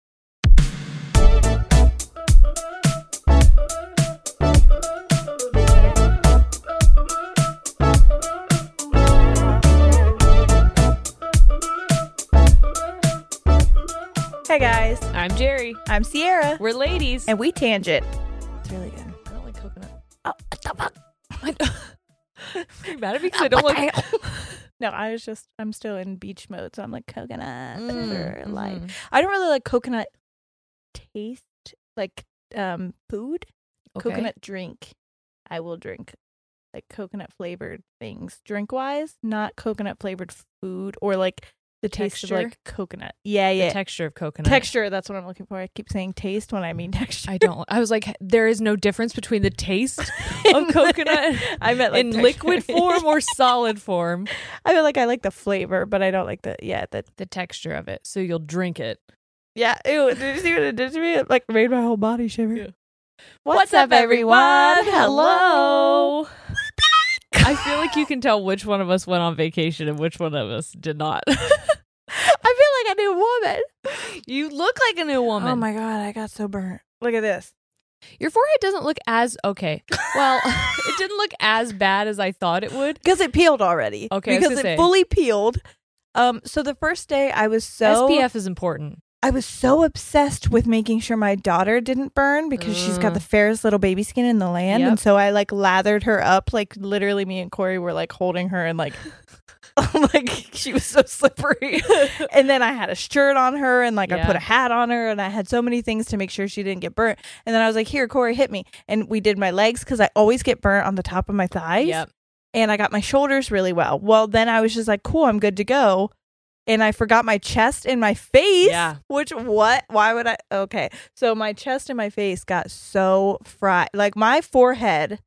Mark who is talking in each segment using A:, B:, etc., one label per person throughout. A: Hey guys,
B: I'm Jerry.
A: I'm Sierra,
B: We're ladies.
A: and we tangent. It's really good.
B: I don't like coconut.
A: Oh, what the fuck?
B: Are you mad at me because I don't like.
A: No, I was just I'm still in beach mode, so I'm like coconut
C: Mm-hmm.
B: Mm,
A: for life.
B: mhm.
A: I don't really like coconut taste, like um food,
B: Okay.
A: coconut drink. I will drink like coconut flavored things drink wise, not coconut flavored food or like the taste of like coconut. Yeah,
C: the
A: yeah.
C: texture of coconut.
A: texture, that's what I'm looking for. I keep saying taste when I mean texture.
C: I don't. I was like, there is no difference between the taste of coconut
A: I meant like
C: in
A: texture.
C: liquid form or solid form.
A: I feel like I like the flavor, but I don't like the yeah, the
C: The texture of it, so you'll drink it.
A: Yeah. Ew. Did you see what it did to me? It like made my whole body shiver.
C: Yeah.
A: What's, up, everyone? Hello.
C: I feel like you can tell which one of us went on vacation and which one of us did not.
A: I feel like a new woman.
C: you look like a new woman.
A: Oh my god, I got so burnt. Look at this.
C: Your forehead doesn't look as okay. Well, it didn't look as bad as I thought it would.
A: Because it peeled already.
C: Okay, I was
A: Because
C: gonna
A: it
C: say.
A: fully peeled. Um. So the first day, I was so
C: SPF is important.
A: I was so obsessed with making sure my daughter didn't burn because she's got the fairest little baby skin in the land, and
C: Mm. Yep.
A: so I like lathered her up. Like literally, me and Corey were like holding her and like. like she was so slippery and then i had a shirt on her and like i put
C: Yeah.
A: a hat on her and i had so many things to make sure she didn't get burnt and then i was like here corey hit me and we did my legs because i always get burnt on the top of my thighs
C: Yep.
A: and I got my shoulders really well. Well, then I was just like, cool, I'm good to go. And I forgot my chest and my face.
C: Yeah.
A: Which, what? Why would I? Okay. So my chest and my face got so fried. Like my forehead,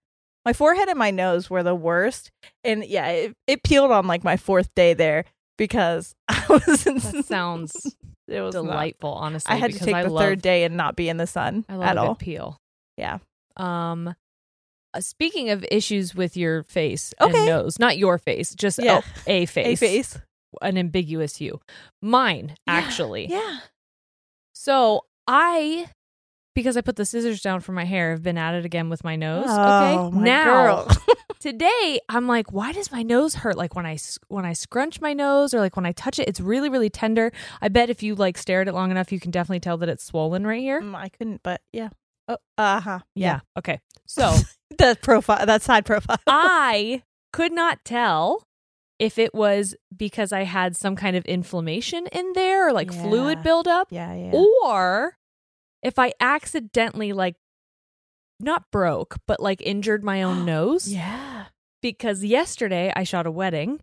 A: my forehead and my nose were the worst. And yeah, it, it peeled on like my fourth day there because I was in
C: That sounds
A: it was not-
C: delightful. Honestly,
A: I had to
C: because
A: take
C: I
A: the
C: love
A: third day and not be in the sun
C: I love
A: at
C: a good
A: all.
C: peel.
A: Yeah.
C: Um. uh, Speaking of issues with your face
A: Okay.
C: and nose, not your face, just
A: Yeah.
C: oh, a face,
A: A face.
C: an ambiguous you, mine
A: Yeah.
C: actually.
A: Yeah.
C: So I, because I put the scissors down for my hair, have been at it again with my nose.
A: Oh,
C: okay,
A: my
C: now
A: girl.
C: today I'm like, why does my nose hurt? Like when I s- when I scrunch my nose or like when I touch it, it's really really tender. I bet if you like stare at it long enough, you can definitely tell that it's swollen right here.
A: Mm, I couldn't, but yeah. Oh, uh huh.
C: yeah. Okay. So.
A: that profile, that side profile.
C: I could not tell if it was because I had some kind of inflammation in there or like
A: Yeah.
C: fluid buildup
A: yeah, yeah.
C: or if I accidentally like not broke but like injured my own nose
A: yeah.
C: because yesterday I shot a wedding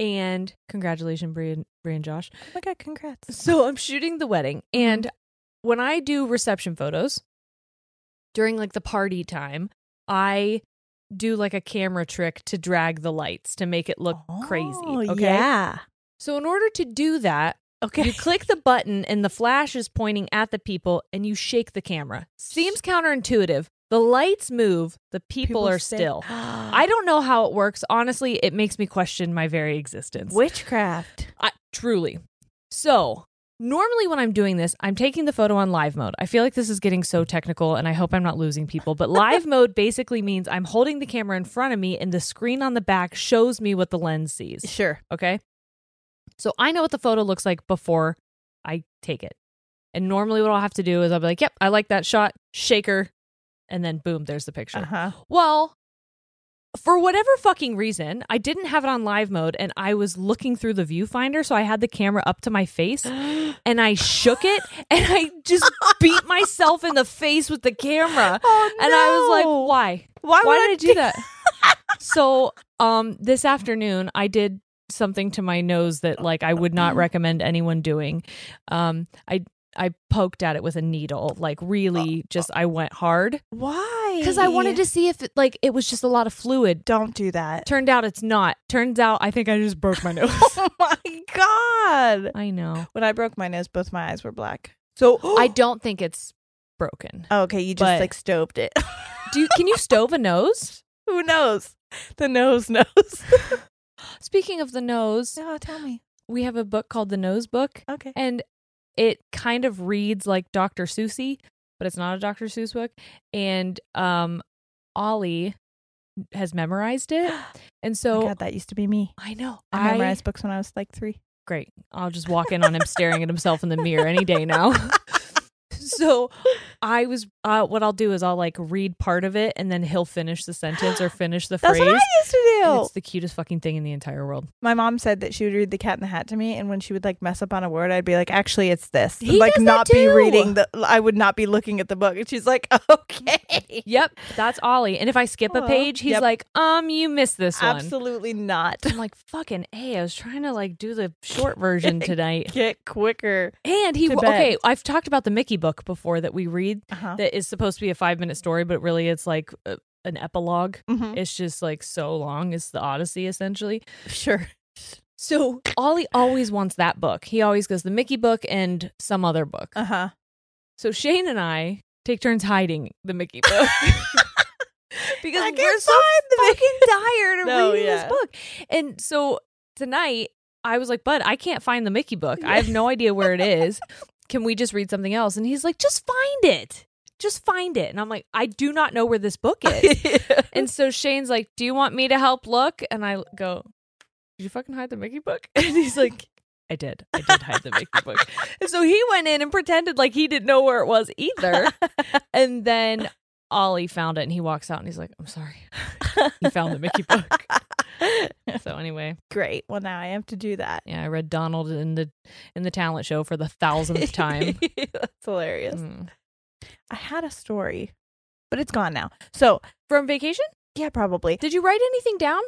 C: And congratulations, Brie and, Brie and Josh.
A: Oh my God, congrats.
C: So I'm shooting the wedding,
A: Mm-hmm.
C: and when I do reception photos during like the party time, I do like a camera trick to drag the lights to make it look crazy. Okay.
A: Oh, Yeah.
C: So in order to do that,
A: Okay.
C: you click the button and the flash is pointing at the people and you shake the camera. Seems counterintuitive. The lights move, the people, are
A: stay-
C: still. I don't know how it works. Honestly, it makes me question my very existence.
A: Witchcraft.
C: I, truly. So, normally when I'm doing this, I'm taking the photo on live mode. I feel like this is getting so technical and I hope I'm not losing people, but live mode basically means I'm holding the camera in front of me and the screen on the back shows me what the lens sees.
A: Sure.
C: Okay. So, I know what the photo looks like before I take it. And normally what I'll have to do is I'll be like, yep, I like that shot, shaker, and then boom, there's the picture.
A: huh.
C: Well, for whatever fucking reason, I didn't have it on live mode and I was looking through the viewfinder, so I had the camera up to my face and I shook it and I just beat myself in the face with the camera.
A: Oh,
C: And I was like, why?
A: why,
C: Why did I do that? so, um this afternoon I did something to my nose that like I would not recommend anyone doing. Um I I poked at it with a needle, like really just I went hard
A: Why?
C: because I wanted to see if it, like it was just a lot of fluid.
A: Don't do that.
C: Turned out it's not. Turns out I think I just broke my nose.
A: Oh my God.
C: I know.
A: When I broke my nose, both my eyes were black. So oh,
C: I don't think it's broken.
A: Okay, you just
C: But-
A: like stoved it.
C: Do you, can you stove a nose?
A: Who knows? The nose knows.
C: Speaking of the nose,
A: no, tell me.
C: we have a book called The Nose Book,
A: Okay.
C: and it kind of reads like Dr. Seussy, but it's not a Dr. Seuss book. And um, Ollie has memorized it, and
A: Oh
C: so
A: my God, that used to be me.
C: I know
A: I, memorized books when I was like three.
C: great. I'll just walk in on him staring at himself in the mirror any day now. so I was uh, what I'll do is I'll like read part of it and then he'll finish the sentence or finish the
A: That's
C: phrase.
A: what I used to
C: And
A: do.
C: it's the cutest fucking thing in the entire world.
A: My mom said that she would read The Cat in the Hat to me, and when she would like mess up on a word, I'd be like, "Actually, it's this."
C: He
A: like
C: does that
A: not be
C: too.
A: reading the. I would not be looking at the book, and she's like, "Okay,
C: Yep, that's Ollie. And if I skip
A: Aw.
C: a page, he's
A: Yep.
C: like, "Um, you missed this one."
A: absolutely not."
C: I'm like, "Fucking a!" I was trying to like do the short version tonight.
A: Get quicker.
C: And he
A: To bed.
C: okay. I've talked about the Mickey book before that we read
A: Uh-huh.
C: that is supposed to be a five minute story, but really it's like a, an epilogue.
A: Mhm.
C: It's just like so long. It's the Odyssey essentially.
A: Sure.
C: So Ollie always wants that book. He always goes the Mickey book and some other book.
A: Uh huh.
C: So Shane and I take turns hiding the Mickey book. because
A: I can't
C: we're so
A: find
C: fucking tired of
A: No,
C: reading
A: yeah.
C: this book. And so tonight I was like, Bud, I can't find the Mickey book. I have no idea where it is. Can we just read something else? And he's like, just find it. Just find it. And I'm like, I do not know where this book is.
A: the
C: And so Shane's like, "Do you want me to help look?" And I go, "Did you fucking hide the Mickey book?" And he's like, "I did. I did hide the Mickey book." And so he went in and pretended like he didn't know where it was either. And then Ollie found it, and he walks out, and he's like, "I'm sorry, he found the Mickey book."
A: book.
C: So anyway,
A: Great. Well, now I have to do that.
C: yeah, I read Donald in the in the talent show for the thousandth time.
A: That's hilarious.
C: Mm.
A: I had a story, but it's gone now. So
C: From vacation?
A: yeah, probably.
C: Did you write anything down?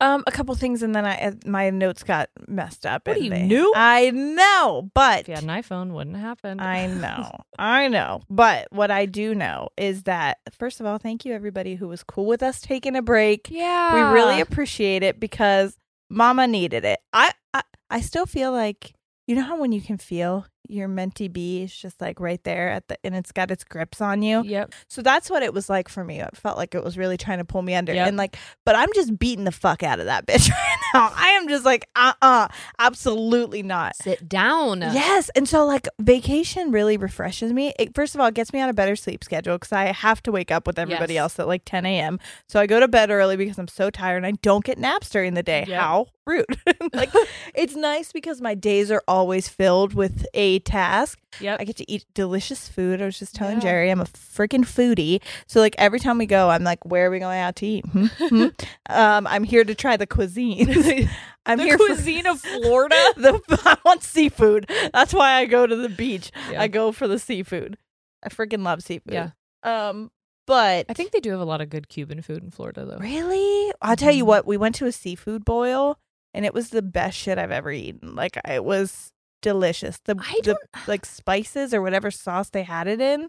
A: Um, a couple things, and then I uh, my notes got messed up.
C: What
A: and
C: are you,
A: they-
C: new?
A: I know, but
C: If you had an iPhone, wouldn't have happened.
A: I know, I know. But what I do know is that first of all, thank you everybody who was cool with us taking a break.
C: yeah,
A: We really appreciate it because Mama needed it. I, I I still feel like you know how when you can feel your mentee bee is just like right there at the and it's got its grips on you.
C: Yep.
A: So that's what it was like for me. It felt like it was really trying to pull me under.
C: Yep.
A: And like, but I'm just beating the fuck out of that bitch right now. I am just like, uh uh absolutely not.
C: Sit down.
A: Yes. And so, like, vacation really refreshes me. It, first of all, it gets me on a better sleep schedule because I have to wake up with everybody
C: Yes.
A: else at like 10 a.m. So I go to bed early because I'm so tired and I don't get naps during the day.
C: Yep.
A: How rude. like, it's nice because my days are always filled with a task.
C: Yep.
A: I get to eat delicious food. I was just telling
C: Yeah.
A: Jerry I'm a freaking foodie. So like every time we go, I'm like, where are we going out to eat? Hmm? Hmm? um, I'm here to try the cuisine. I'm
C: the
A: here
C: cuisine of Florida.
A: for the I want seafood. That's why I go to the beach.
C: Yeah.
A: I go for the seafood. I freaking love seafood.
C: Yeah.
A: Um, but
C: I think they do have a lot of good Cuban food in Florida, though.
A: really, I'll tell you
C: Mhm.
A: what. We went to a seafood boil and it was the best shit I've ever eaten. Like it was delicious. The,
C: I
A: the
C: don't-
A: like spices or whatever sauce they had it in.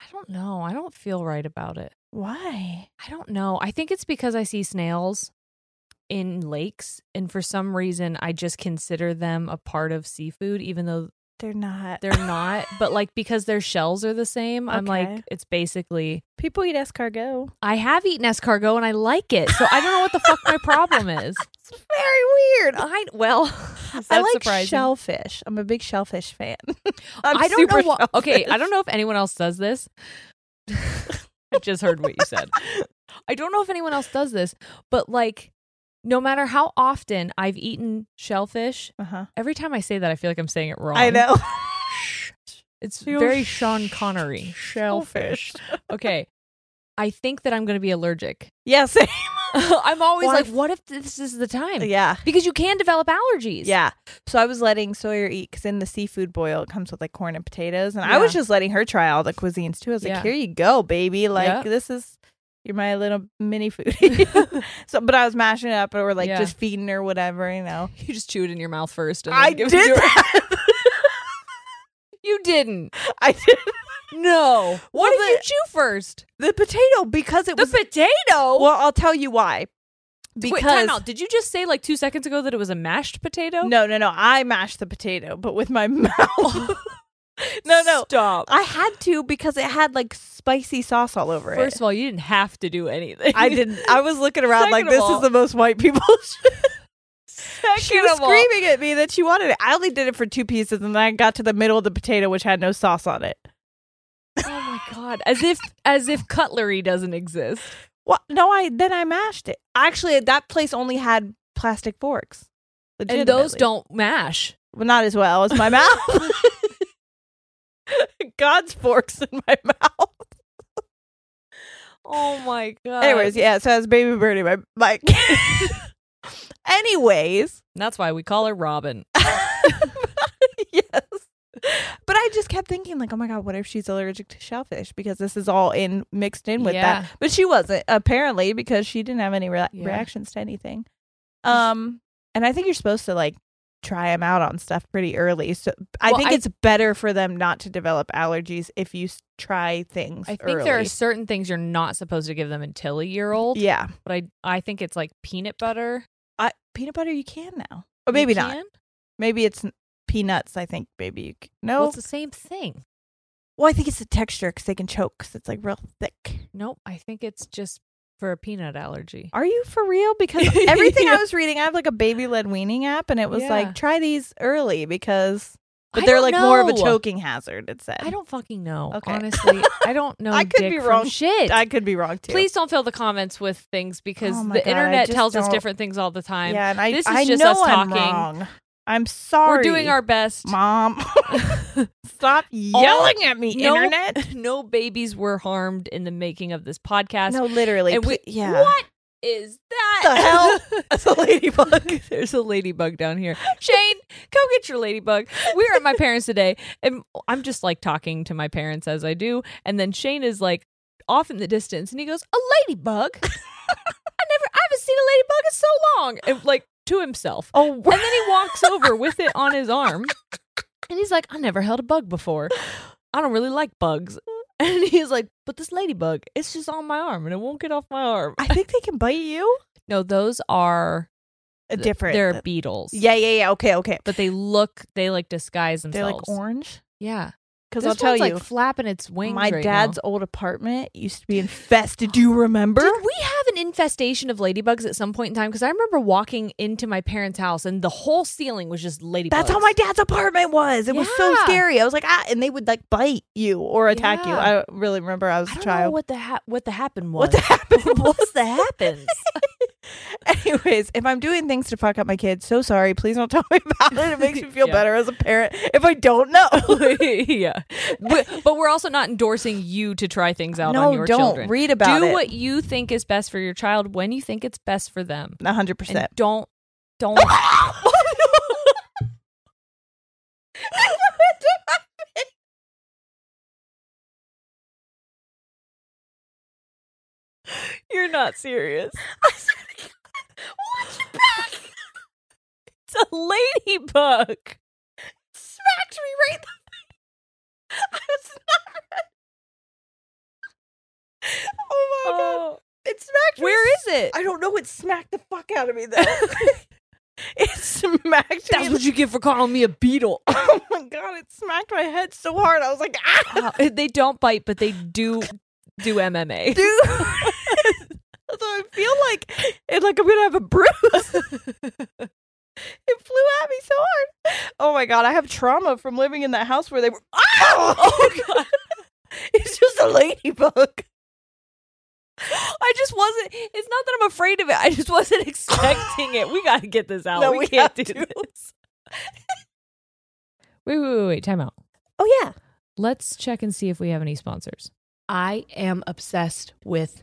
C: I don't know. I don't feel right about it.
A: Why?
C: I don't know. I think it's because I see snails in lakes, and for some reason, I just consider them a part of seafood, even though
A: They're not.
C: they're not. but like because their shells are the same, I'm
A: Okay.
C: like, it's basically
A: people eat escargot.
C: I have eaten escargot and I like it, so I don't know what the fuck my problem is.
A: It's very weird.
C: I well,
A: I like
C: surprising?
A: shellfish. I'm a big shellfish fan. I'm
C: I don't
A: super
C: know. What, okay, I
A: shellfish.
C: don't know if anyone else does this. I just heard what you said. I don't know if anyone else does this, but like, no matter how often I've eaten shellfish,
A: Uh-huh.
C: every time I say that, I feel like I'm saying it wrong.
A: I know.
C: It's
A: Feel
C: very Sean Connery.
A: Shellfish.
C: Okay, I think that I'm going to be allergic.
A: Yeah, same.
C: I'm always
A: Why
C: like, what if this is the time?
A: yeah.
C: Because you can develop allergies.
A: Yeah. So I was letting Sawyer eat because in the seafood boil it comes with like corn and potatoes, and I
C: Yeah.
A: was just letting her try all the cuisines too. I was
C: Yeah.
A: like, "Here you go, baby! Like
C: Yeah.
A: this is you're my little mini foodie." so, but I was mashing it up, or like
C: Yeah.
A: just feeding her whatever, you know.
C: You just chew it in your mouth first. And then
A: I
C: give
A: did
C: it to her.
A: that.
C: You didn't.
A: I did
C: No. What did you chew first?
A: the potato because it
C: The
A: was.
C: potato.
A: well, I'll tell you why. Because
C: Wait, time out. Did you just say like two seconds ago that it was a mashed potato?
A: no, no, no. I mashed the potato, but with my mouth. no, no.
C: Stop.
A: I had to because it had like spicy sauce all over it.
C: First of all, you didn't have to do anything.
A: I didn't. I was looking around like
C: Second of
A: this
C: all-
A: is the most white people. shit. she
C: Second
A: was
C: of all-
A: screaming at me that she wanted it. I only did it for two pieces, and then I got to the middle of the potato, which had no sauce on it.
C: Oh my god. As if as if cutlery doesn't exist.
A: Well, no, I then I mashed it. Actually, that place only had plastic forks,
C: And those
A: legitimately.
C: don't mash.
A: Well, not as well as my mouth. God's forks in my mouth.
C: Oh my god.
A: Anyways, yeah. So I was baby birdie. My my. Anyways,
C: That's why we call her Robin.
A: yes. But I just kept thinking, like, oh my god, what if she's allergic to shellfish? Because this is all in mixed in with
C: Yeah.
A: that. But she wasn't apparently because she didn't have any rea-
C: Yeah.
A: reactions to anything. Um, and I think you're supposed to like try them out on stuff pretty early. So I
C: Well,
A: think
C: I-
A: it's better for them not to develop allergies if you s- try things.
C: I think there are
A: early.
C: certain things you're not supposed to give them until a year old.
A: Yeah,
C: But I I think it's like peanut butter.
A: I, peanut butter you can now, or
C: You
A: maybe not.
C: can?
A: Maybe it's n- peanuts. I think maybe you c-
C: Well,
A: no.
C: it's the same thing.
A: well, I think it's the texture because they can choke because it's like real thick.
C: Nope, I think it's just for a peanut allergy.
A: Are you for real? Because everything
C: Yeah.
A: I was reading, I have like a baby led weaning app, and it was
C: Yeah.
A: like try these early because, but
C: I
A: they're
C: don't
A: like more of a
C: know.
A: choking hazard. It said.
C: I don't fucking know.
A: Okay.
C: Honestly, I don't know.
A: I could
C: dick
A: be
C: from
A: wrong.
C: Shit.
A: I could be wrong too.
C: Please don't fill the comments with things because
A: Oh my
C: the
A: God, I
C: internet
A: just
C: tells us
A: don't-
C: different things all the time.
A: Yeah, and I,
C: This is
A: I
C: just
A: know
C: us
A: I'm
C: talking.
A: wrong. I'm sorry.
C: We're doing our best.
A: mom. Stop yelling at me,
C: No.
A: internet.
C: no babies were harmed in the making of this podcast.
A: No, literally.
C: And we-
A: pl- yeah.
C: What is that?
A: The hell? It's a ladybug.
C: There's a ladybug down here. Shane, come get your ladybug. We were at my parents today, and I'm just like talking to my parents as I do. And then Shane is like off in the distance, and he goes, A ladybug? I never, I haven't seen a ladybug in so long. And like to himself.
A: Oh,
C: And then he walks over with it on his arm, and he's like, I never held a bug before. I don't really like bugs. And he's like, But this ladybug, it's just on my arm, and it won't get off my arm.
A: I think they can bite you.
C: No, those are
A: A different.
C: They're beetles.
A: yeah, yeah, yeah. Okay, okay.
C: but they look they like disguise
A: They're
C: themselves.
A: like orange.
C: Yeah,
A: Because
C: This
A: I'll tell
C: one's,
A: you,
C: like flapping its wings.
A: my
C: right
A: dad's
C: now.
A: old apartment used to be infested. Do you remember?
C: Did we have an infestation of ladybugs at some point in time? Because I remember walking into my parents' house and the whole ceiling was just ladybugs.
A: That's how my dad's apartment was. It was so
C: Yeah.
A: scary. I was like, ah, and they would like bite you or attack you.
C: Yeah.
A: I really remember I was
C: I
A: a
C: don't know
A: child.
C: what the ha- what the happen was.
A: What the happened was.
C: What's the happens?
A: Anyways, if I'm doing things to fuck up my kids, so sorry. Please don't tell me about it. It makes me feel
C: Yeah.
A: better as a parent if I don't know.
C: yeah, but, but we're also not endorsing you to try things out on
A: no,
C: your
A: don't
C: children.
A: read about
C: Do
A: it.
C: what you think is best for your child when you think it's best for them,
A: A hundred
C: and
A: percent.
C: don't don't. You're not serious.
A: Watch your back.
D: Mickey book.
A: Smacked me right in the face. I was not ready. Oh my god.
D: Oh,
A: It smacked me.
D: where is it?
A: I don't know. It smacked the fuck out of me though. it smacked
D: That's
A: me.
D: what you get for calling me a beetle.
A: oh my god, it smacked my head so hard. I was like, ah
D: Wow. Uh, they don't bite, but they do do MMA.
A: dude. so I feel like it like I'm gonna have a bruise. it flew at me so hard. Oh my god, I have trauma from living in that house where they were Ow! Oh god. it's just a ladybug.
D: I just wasn't. It's not that I'm afraid of it. I just wasn't expecting it. We got to get this out.
A: No,
D: we,
A: we
D: can't do
A: have to.
D: this. wait, wait, wait, wait. Time out.
A: Oh yeah.
D: Let's check and see if we have any sponsors.
C: I am obsessed with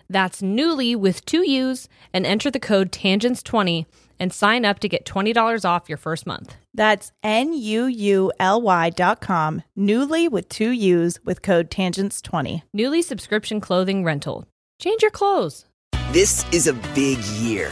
C: That's Newly with two U's and enter the code TANGENTS20 and sign up to get $20 off your first month.
A: That's N U U L Y dot com, Newly with two U's with code TANGENTS20.
C: Newly subscription clothing rental. Change your clothes.
E: This is a big year.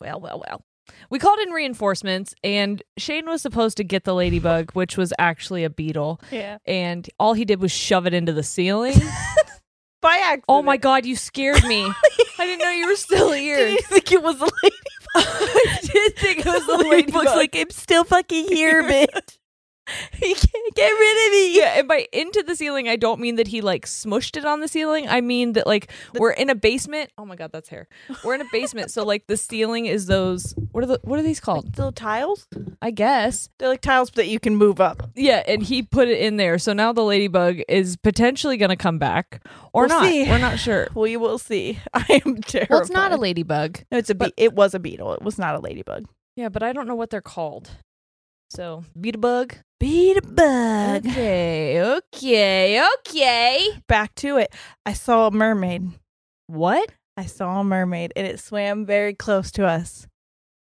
D: well, well, well. We called in reinforcements, and Shane was supposed to get the ladybug, which was actually a beetle.
A: Yeah.
D: And all he did was shove it into the ceiling.
A: By accident.
D: oh my God, you scared me. I didn't know you were still here.
A: Did you think it was a lady?
D: I did think it was the
A: ladybug's
D: ladybug.
A: like, I'm still fucking here, bitch. you can't get rid of me.
D: Yeah, and by into the ceiling, I don't mean that he like smushed it on the ceiling. I mean that like we're in a basement. Oh my god, that's hair. We're in a basement, so like the ceiling is those. What are the what are these called?
A: Little tiles?
D: I guess.
A: They're like tiles that you can move up.
D: Yeah, and he put it in there, so now the ladybug is potentially going to come back or
A: We'll
D: not.
A: see.
D: We're not sure.
A: We will see. I am terrified.
C: Well, it's not a ladybug.
A: No, it's a be- it was a beetle. It was not a ladybug.
D: Yeah, but I don't know what they're called. So beat a bug.
A: Beat a bug.
D: Okay, okay, okay.
A: Back to it. I saw a mermaid.
D: What?
A: I saw a mermaid and it swam very close to us.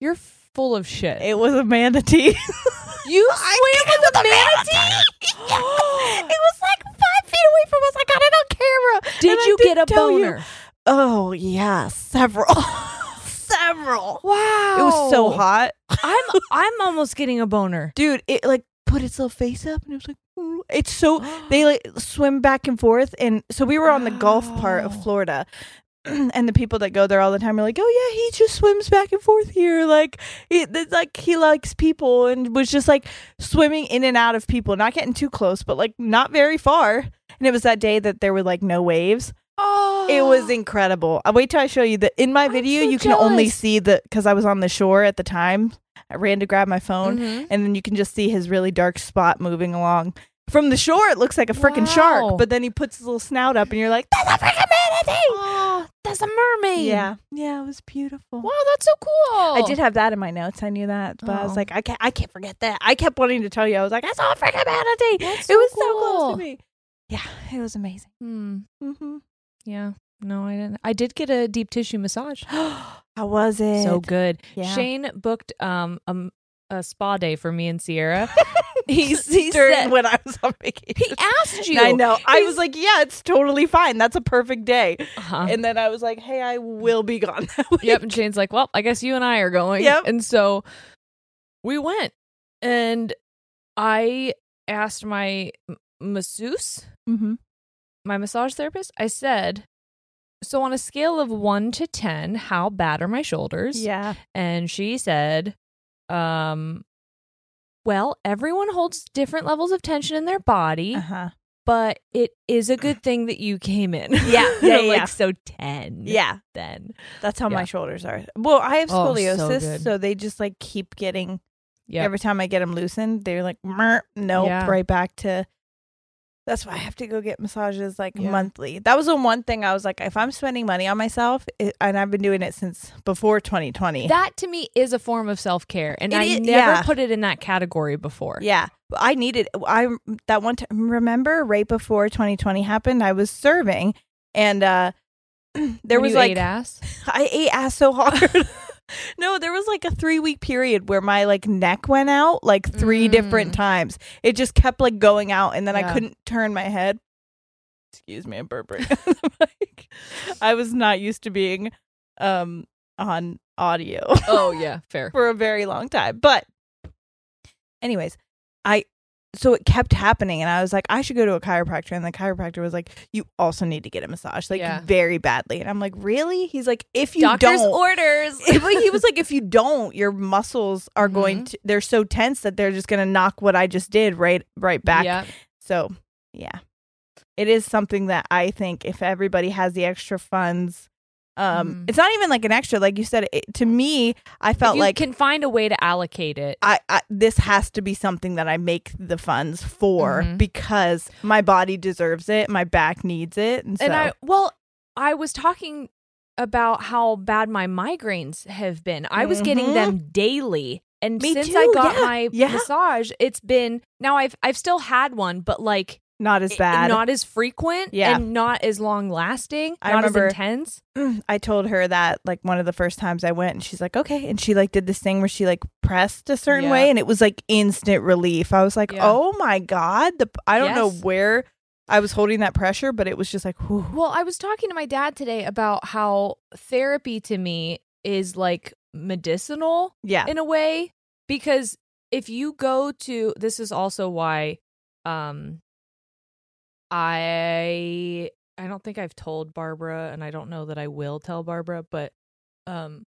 D: You're full of shit.
A: It was a manatee.
D: you
A: I swam with a manatee? Yes. it was like five feet away from us. I got it on camera.
D: did
A: And I
D: you get
A: didn't
D: a
A: tell you.
D: boner?
A: Oh yeah, several, several.
D: Wow.
A: It was so hot,
D: I'm I'm almost getting a boner.
A: dude. It like put its little face up, and it was like, "Ooh." it's so they like swim back and forth, and so we were on the Gulf part
D: Wow.
A: of Florida, and the people that go there all the time are like, "Oh yeah, he just swims back and forth here. Like, it, it's like he likes people and was just like swimming in and out of people, not getting too close, but like not very far." And it was that day that there were like no waves.
C: Oh,
A: It was incredible. I wait till I show you the in my
C: I'm
A: video.
C: so
A: you can only
C: jealous.
A: see the because I was on the shore at the time. I ran to grab my phone,
C: Mm-hmm.
A: and then you can just see his really dark spot moving along. From the shore, it looks like a freaking
C: Wow.
A: shark, but then he puts his little snout up, and you're like, "That's a freaking manatee!"
C: Oh, that's a mermaid.
A: Yeah, yeah, it was beautiful.
C: Wow, that's so cool.
A: I did have that in my notes. I knew that, but I was
C: Oh.
A: like, I can't, I can't forget that. I kept wanting to tell you. I was like, I saw a freaking manatee.
C: That's
A: it
C: so
A: was so close
C: cool.
A: to me. Yeah, it was amazing.
C: Hmm.
A: hmm
C: Yeah. No, I didn't. I did get a deep tissue massage.
A: How was it?
C: So good.
A: Yeah.
C: Shane booked um um, a spa day for me and Sierra. he he
A: During
C: said
A: when I was on vacation.
C: he asked you.
A: I know. I
C: He's-
A: was like, yeah, it's totally fine. That's a perfect day.
C: Uh-huh.
A: And then I was like, hey, I will be gone that week.
C: yep. And Shane's like, well, I guess you and I are going.
A: Yep.
C: And so we went, and I asked my m- masseuse,
A: Mm-hmm.
C: my massage therapist. I said, so on a scale of one to ten, how bad are my shoulders?
A: Yeah.
C: and she said um well everyone holds different levels of tension in their body
A: Uh-huh.
C: but it is a good thing that you came in
A: Yeah,
C: And
A: yeah,
C: I'm
A: yeah.
C: like so 10
A: Yeah.
C: then
A: That's how my
C: Yeah.
A: shoulders are. Well, I have
C: Oh, so
A: scoliosis, so,
C: good.
A: they just like keep getting,
C: yeah
A: every time I get them loosened, they're like, "Mer, nope,
C: Yeah.
A: right back to. That's why I have to go get massages like
C: Yeah.
A: monthly. That was the one thing I was like, if I'm spending money on myself, it, and I've been doing it since before 2020.
C: that to me is a form of self-care and
A: It
C: i
A: is-
C: never
A: yeah.
C: put it in that category before
A: Yeah. I needed I that one time remember right before 2020 happened, I was serving and uh there
C: When
A: was
C: you
A: like
C: ate ass
A: I ate ass so hard. no, there was like a 3 week period where my like neck went out like 3 different
C: Mm.
A: times. It just kept like going out and then I
C: Yeah.
A: couldn't turn my head. Excuse me, I'm burping. on the mic. I was not used to being um on audio
C: oh yeah fair
A: for a very long time. But anyways, I so it kept happening and I was like, I should go to a chiropractor and the chiropractor was like, You also need to get a massage, like
C: Yeah.
A: very badly. And I'm like, Really? He's like, if you
C: doctor's
A: don't
C: orders
A: But he was like, if you don't, your muscles are
C: Mm-hmm.
A: going to they're so tense that they're just gonna knock what I just did right right back.
C: yeah
A: So yeah. It is something that I think if everybody has the extra funds, um,
C: Mm.
A: it's not even like an extra. Like you said, it, to me, I
C: If
A: felt
C: you
A: like
C: can find a way to allocate it
A: I, I this has to be something that I make the funds for
C: Mhm.
A: because my body deserves it, my back needs it, and,
C: And
A: so
C: I well, I was talking about how bad my migraines have been. I was
A: Mhm.
C: getting them daily. And
A: Me
C: since
A: too,
C: I got
A: yeah,
C: my
A: yeah.
C: massage, it's been now I've I've still had one, but like
A: not as
C: it-
A: bad.
C: not as frequent
A: Yeah.
C: and not as long lasting,
A: I
C: not
A: remember-
C: as intense.
A: I told her that like one of the first times I went, and she's like, okay, and she like did this thing where she like pressed a certain
C: Yeah.
A: way, and it was like instant relief. I was like,
C: Yeah.
A: oh my god, the I don't know
C: Yes.
A: where I was holding that pressure, but it was just like, whew.
C: Well, I was talking to my dad today about how therapy to me is like medicinal.
A: yeah,
C: in a way because if you go to this is also why um i i don't think i've told barbara and i don't know that i will tell barbara but um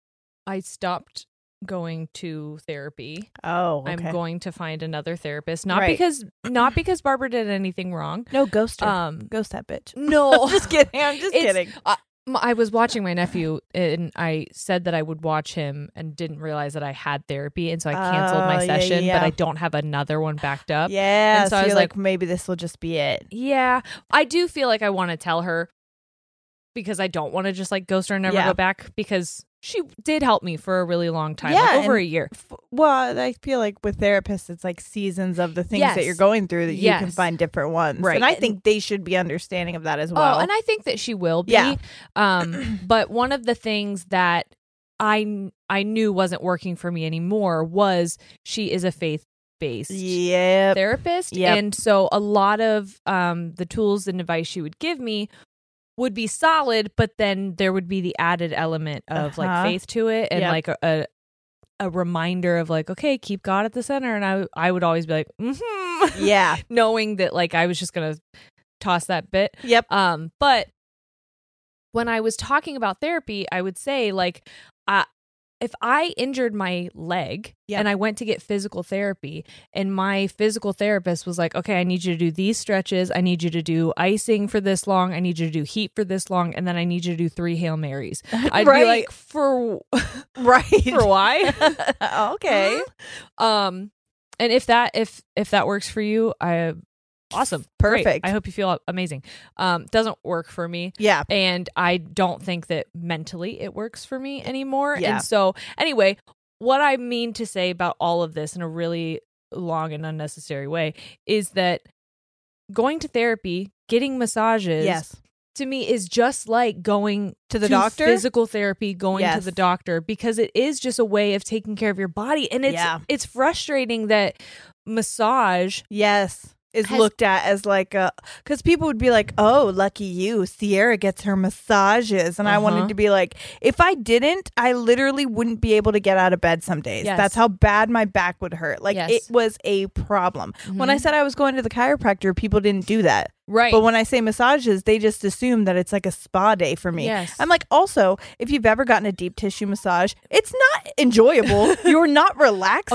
C: i stopped going to therapy
A: oh, okay.
C: i'm going to find another therapist not
A: Right.
C: because not because barbara did anything wrong
A: no ghost her,
C: um
A: ghost that bitch.
C: no
A: just kidding. I'm just
C: It's-
A: kidding.
C: M- I was watching my nephew and I said that I would watch him and didn't realize that I had therapy. And so I canceled
A: Oh,
C: my
A: yeah,
C: session,
A: yeah.
C: but I don't have another one backed up.
A: Yeah,
C: And so I was
A: you're like,
C: like-
A: maybe this will just be it.
C: Yeah. I do feel like I want to tell her because I don't want to just like ghost her and never
A: Yeah.
C: go back because she did help me for a really long time,
A: Yeah,
C: like over
A: and-
C: a year.
A: F- Well, I feel like with therapists, it's like seasons of the things that
C: Yes.
A: you're going through that you can
C: Yes.
A: find different ones.
C: Right.
A: And I
C: And-
A: think they should be understanding of that as well.
C: Oh, and I think that she will be.
A: Yeah.
C: Um, but one of the things that I kn- I knew wasn't working for me anymore was she is a faith based
A: yep.
C: therapist
A: Yep.
C: and so a lot of um the tools and advice she would give me would be solid but then there would be the added element of
A: Uh-huh.
C: like faith to it and
A: Yep.
C: like a, a a reminder of like okay keep god at the center and i i would always be like mm-hmm,
A: yeah.
C: knowing that like i was just gonna toss that bit
A: Yep.
C: um but Um, when I was talking about therapy, I would say like, uh, if I injured my leg
A: Yeah.
C: and I went to get physical therapy, and my physical therapist was like, "Okay, I need you to do these stretches. I need you to do icing for this long. I need you to do heat for this long, and then I need you to do three hail marys." I'd be
A: Right.
C: like, "For
A: Right.
C: for why?"
A: okay.
C: um, and if that if if that works for you, I awesome, Great.
A: Perfect.
C: I hope you feel amazing. Um, doesn't work for me
A: Yeah.
C: and I don't think that mentally it works for me anymore.
A: Yeah.
C: And so, anyway, what I mean to say about all of this in a really long and unnecessary way is that going to therapy, getting massages,
A: Yes.
C: to me is just like going
A: To the doctor?
C: physical therapy, going
A: Yes.
C: to the doctor because it is just a way of taking care of your body, and it's
A: Yeah.
C: it's frustrating that massage
A: Yes. Is
C: Has-
A: looked at as like a because people would be like, oh, lucky you, Sierra gets her massages. And I
C: Uh-huh.
A: wanted to be like, if I didn't, I literally wouldn't be able to get out of bed some days.
C: Yes.
A: That's how bad my back would hurt. Like
C: Yes. Mm-hmm.
A: it was a problem. When I said I was going to the chiropractor, people didn't do that.
C: right
A: But when I say massages, they just assume that it's like a spa day for me.
C: Yes.
A: I'm like, also, if you've ever gotten a deep tissue massage, it's not enjoyable. You're not relaxing.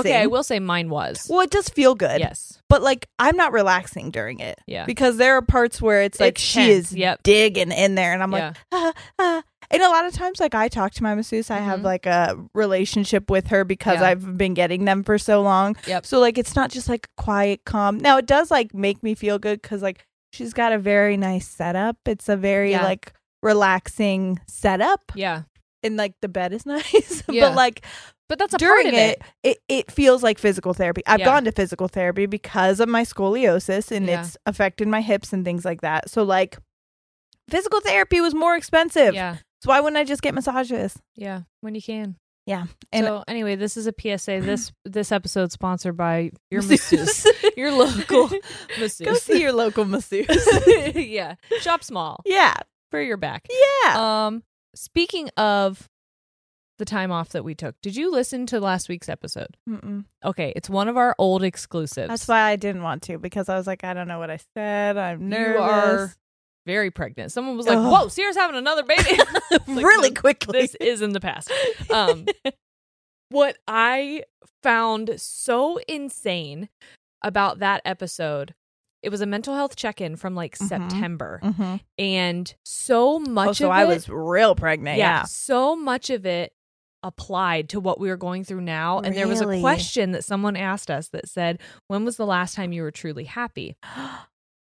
C: okay, I will say mine was
A: Well, it does feel good.
C: yes.
A: But like, I'm not relaxing during it.
C: Yeah.
A: Because there are parts where it's like
C: It's
A: she
C: tense.
A: is
C: Yep.
A: digging in there, and I'm
C: Yeah.
A: like, ah, ah. and a lot of times, like I talk to my masseuse, I have like a relationship with her because
C: Mm-hmm. Yeah.
A: I've been getting them for so long.
C: Yep.
A: So like, it's not just like quiet, calm. Now it does like make me feel good because like she's got a very nice setup. It's a very
C: Yeah.
A: like relaxing setup,
C: Yeah.
A: and like the bed is nice,
C: Yeah.
A: but like
C: But that's a
A: during
C: part of it.
A: it, it feels like physical therapy. I've
C: Yeah.
A: gone to physical therapy because of my scoliosis and
C: Yeah.
A: it's affected my hips and things like that. So like physical therapy was more expensive.
C: Yeah.
A: So why wouldn't I just get massages?
C: Yeah. When you can.
A: Yeah, and-
C: so anyway, this is a PSA. This this episode sponsored by your masseuse, your local
A: Go
C: masseuse.
A: see your local masseuse.
C: yeah. Shop small
A: yeah.
C: for your back.
A: Yeah.
C: Um speaking of the time off that we took, did you listen to last week's episode?
A: Mm-mm.
C: Okay, it's one of our old exclusives.
A: That's why I didn't want to because I was like, I don't know what I said. I'm nervous.
C: you are very pregnant. Someone was like,
A: Ugh.
C: "Whoa, Sierra's having another baby." Like,
A: really
C: no.
A: quickly.
C: this is in the past. Um, what I found so insane about that episode, it was a mental health check in from like
A: Mhm.
C: September,
A: hmm
C: and so much.
A: Oh, so
C: of
A: I
C: it-
A: was real pregnant. Yeah.
C: so much of it applied to what we were going through now. And there was a
A: Really?
C: question that someone asked us that said, "When was the last time you were truly happy?"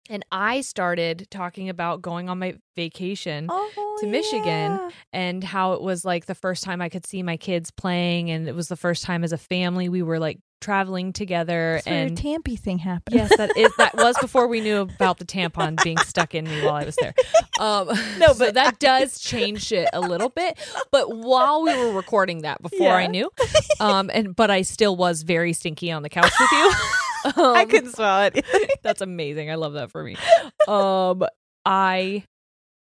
C: And I started talking about going on my vacation
A: Oh,
C: To Michigan, and how it was like the first time I could see my kids playing, and it was the first time as a family we were like traveling together.
A: That's where your
C: and
A: Tampy thing happened.
C: yes, that is that was before we knew about the tampon being stuck in me while I was there. Um, no,
A: No, but
C: but that
A: I-
C: does change it a little bit. But while we were recording that, before I
A: Yeah.
C: knew, um, and but I still was very stinky on the couch with you. Um,
A: I couldn't swallow it.
C: that's amazing. I love that for me. Um, I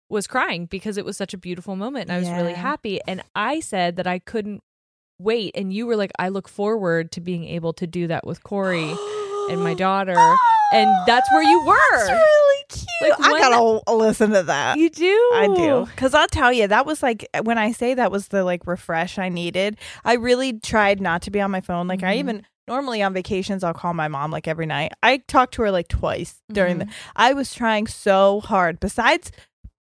C: was crying because it was such a beautiful moment and I was really
A: Yeah.
C: happy. And I said that I couldn't wait. And you were like, I look forward to being able to do that with Corey and my daughter. And that's where you were.
A: That's really cute.
C: Like,
A: I
C: when-
A: gotta listen to that.
C: You do.
A: I do. Because I'll tell you, that was like, when I say that was the like refresh I needed, I really tried not to be on my phone. Like, I
C: Mhm.
A: even normally on vacations, I'll call my mom like every night. I talked to her like twice during the.
C: Mm-hmm.
A: I was trying so hard, besides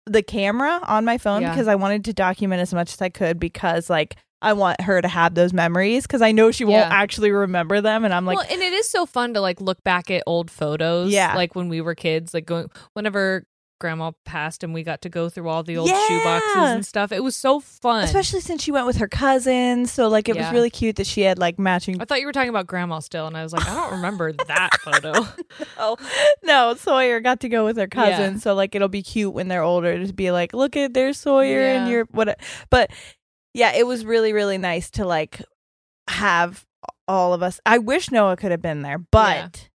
A: the camera on my phone,
C: Yeah.
A: because I wanted to document as much as I could because like I want her to have those memories because I know she won't
C: Yeah.
A: actually remember them. And I'm like,
C: well, and it is so fun to like look back at old photos.
A: Yeah.
C: Like when we were kids, like going, whenever grandma passed and we got to go through all the old shoe boxes
A: Yeah.
C: and stuff, it was so fun.
A: especially since she went with her cousins. So like it
C: Yeah.
A: was really cute that she had like matching.
C: I thought you were talking about grandma still, and I was like, I don't remember that photo.
A: Oh no, Sawyer got to go with her cousin.
C: Yeah.
A: So like it'll be cute when they're older to be like, look at there's Sawyer and
C: Yeah.
A: your what. But yeah, it was really really nice to like have all of us. I wish Noah could have been there, but.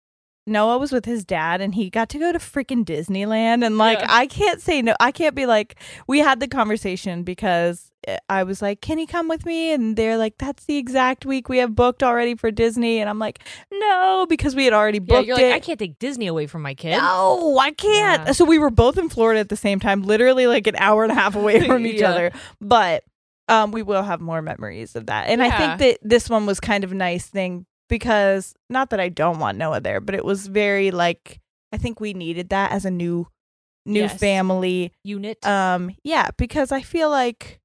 A: Noah was with his dad and he got to go to freaking Disneyland. And like,
C: Yeah.
A: I can't say no. I can't be like, we had the conversation because uh, I was like, can he come with me? And they're like, that's the exact week we have booked already for Disney. And I'm like, no, because we had already
C: Yeah,
A: booked
C: you're like,
A: it.
C: I can't take Disney away from my kid.
A: No, I can't.
C: Yeah.
A: So we were both in Florida at the same time, literally like an hour and a half away from each
C: Yeah.
A: other. But um, we will have more memories of that. And I
C: Yeah.
A: think that this one was kind of a nice thing because not that I don't want Noah there, but it was very like I think we needed that as a new new
C: Yes.
A: family.
C: Unit.
A: Um, yeah, because I feel like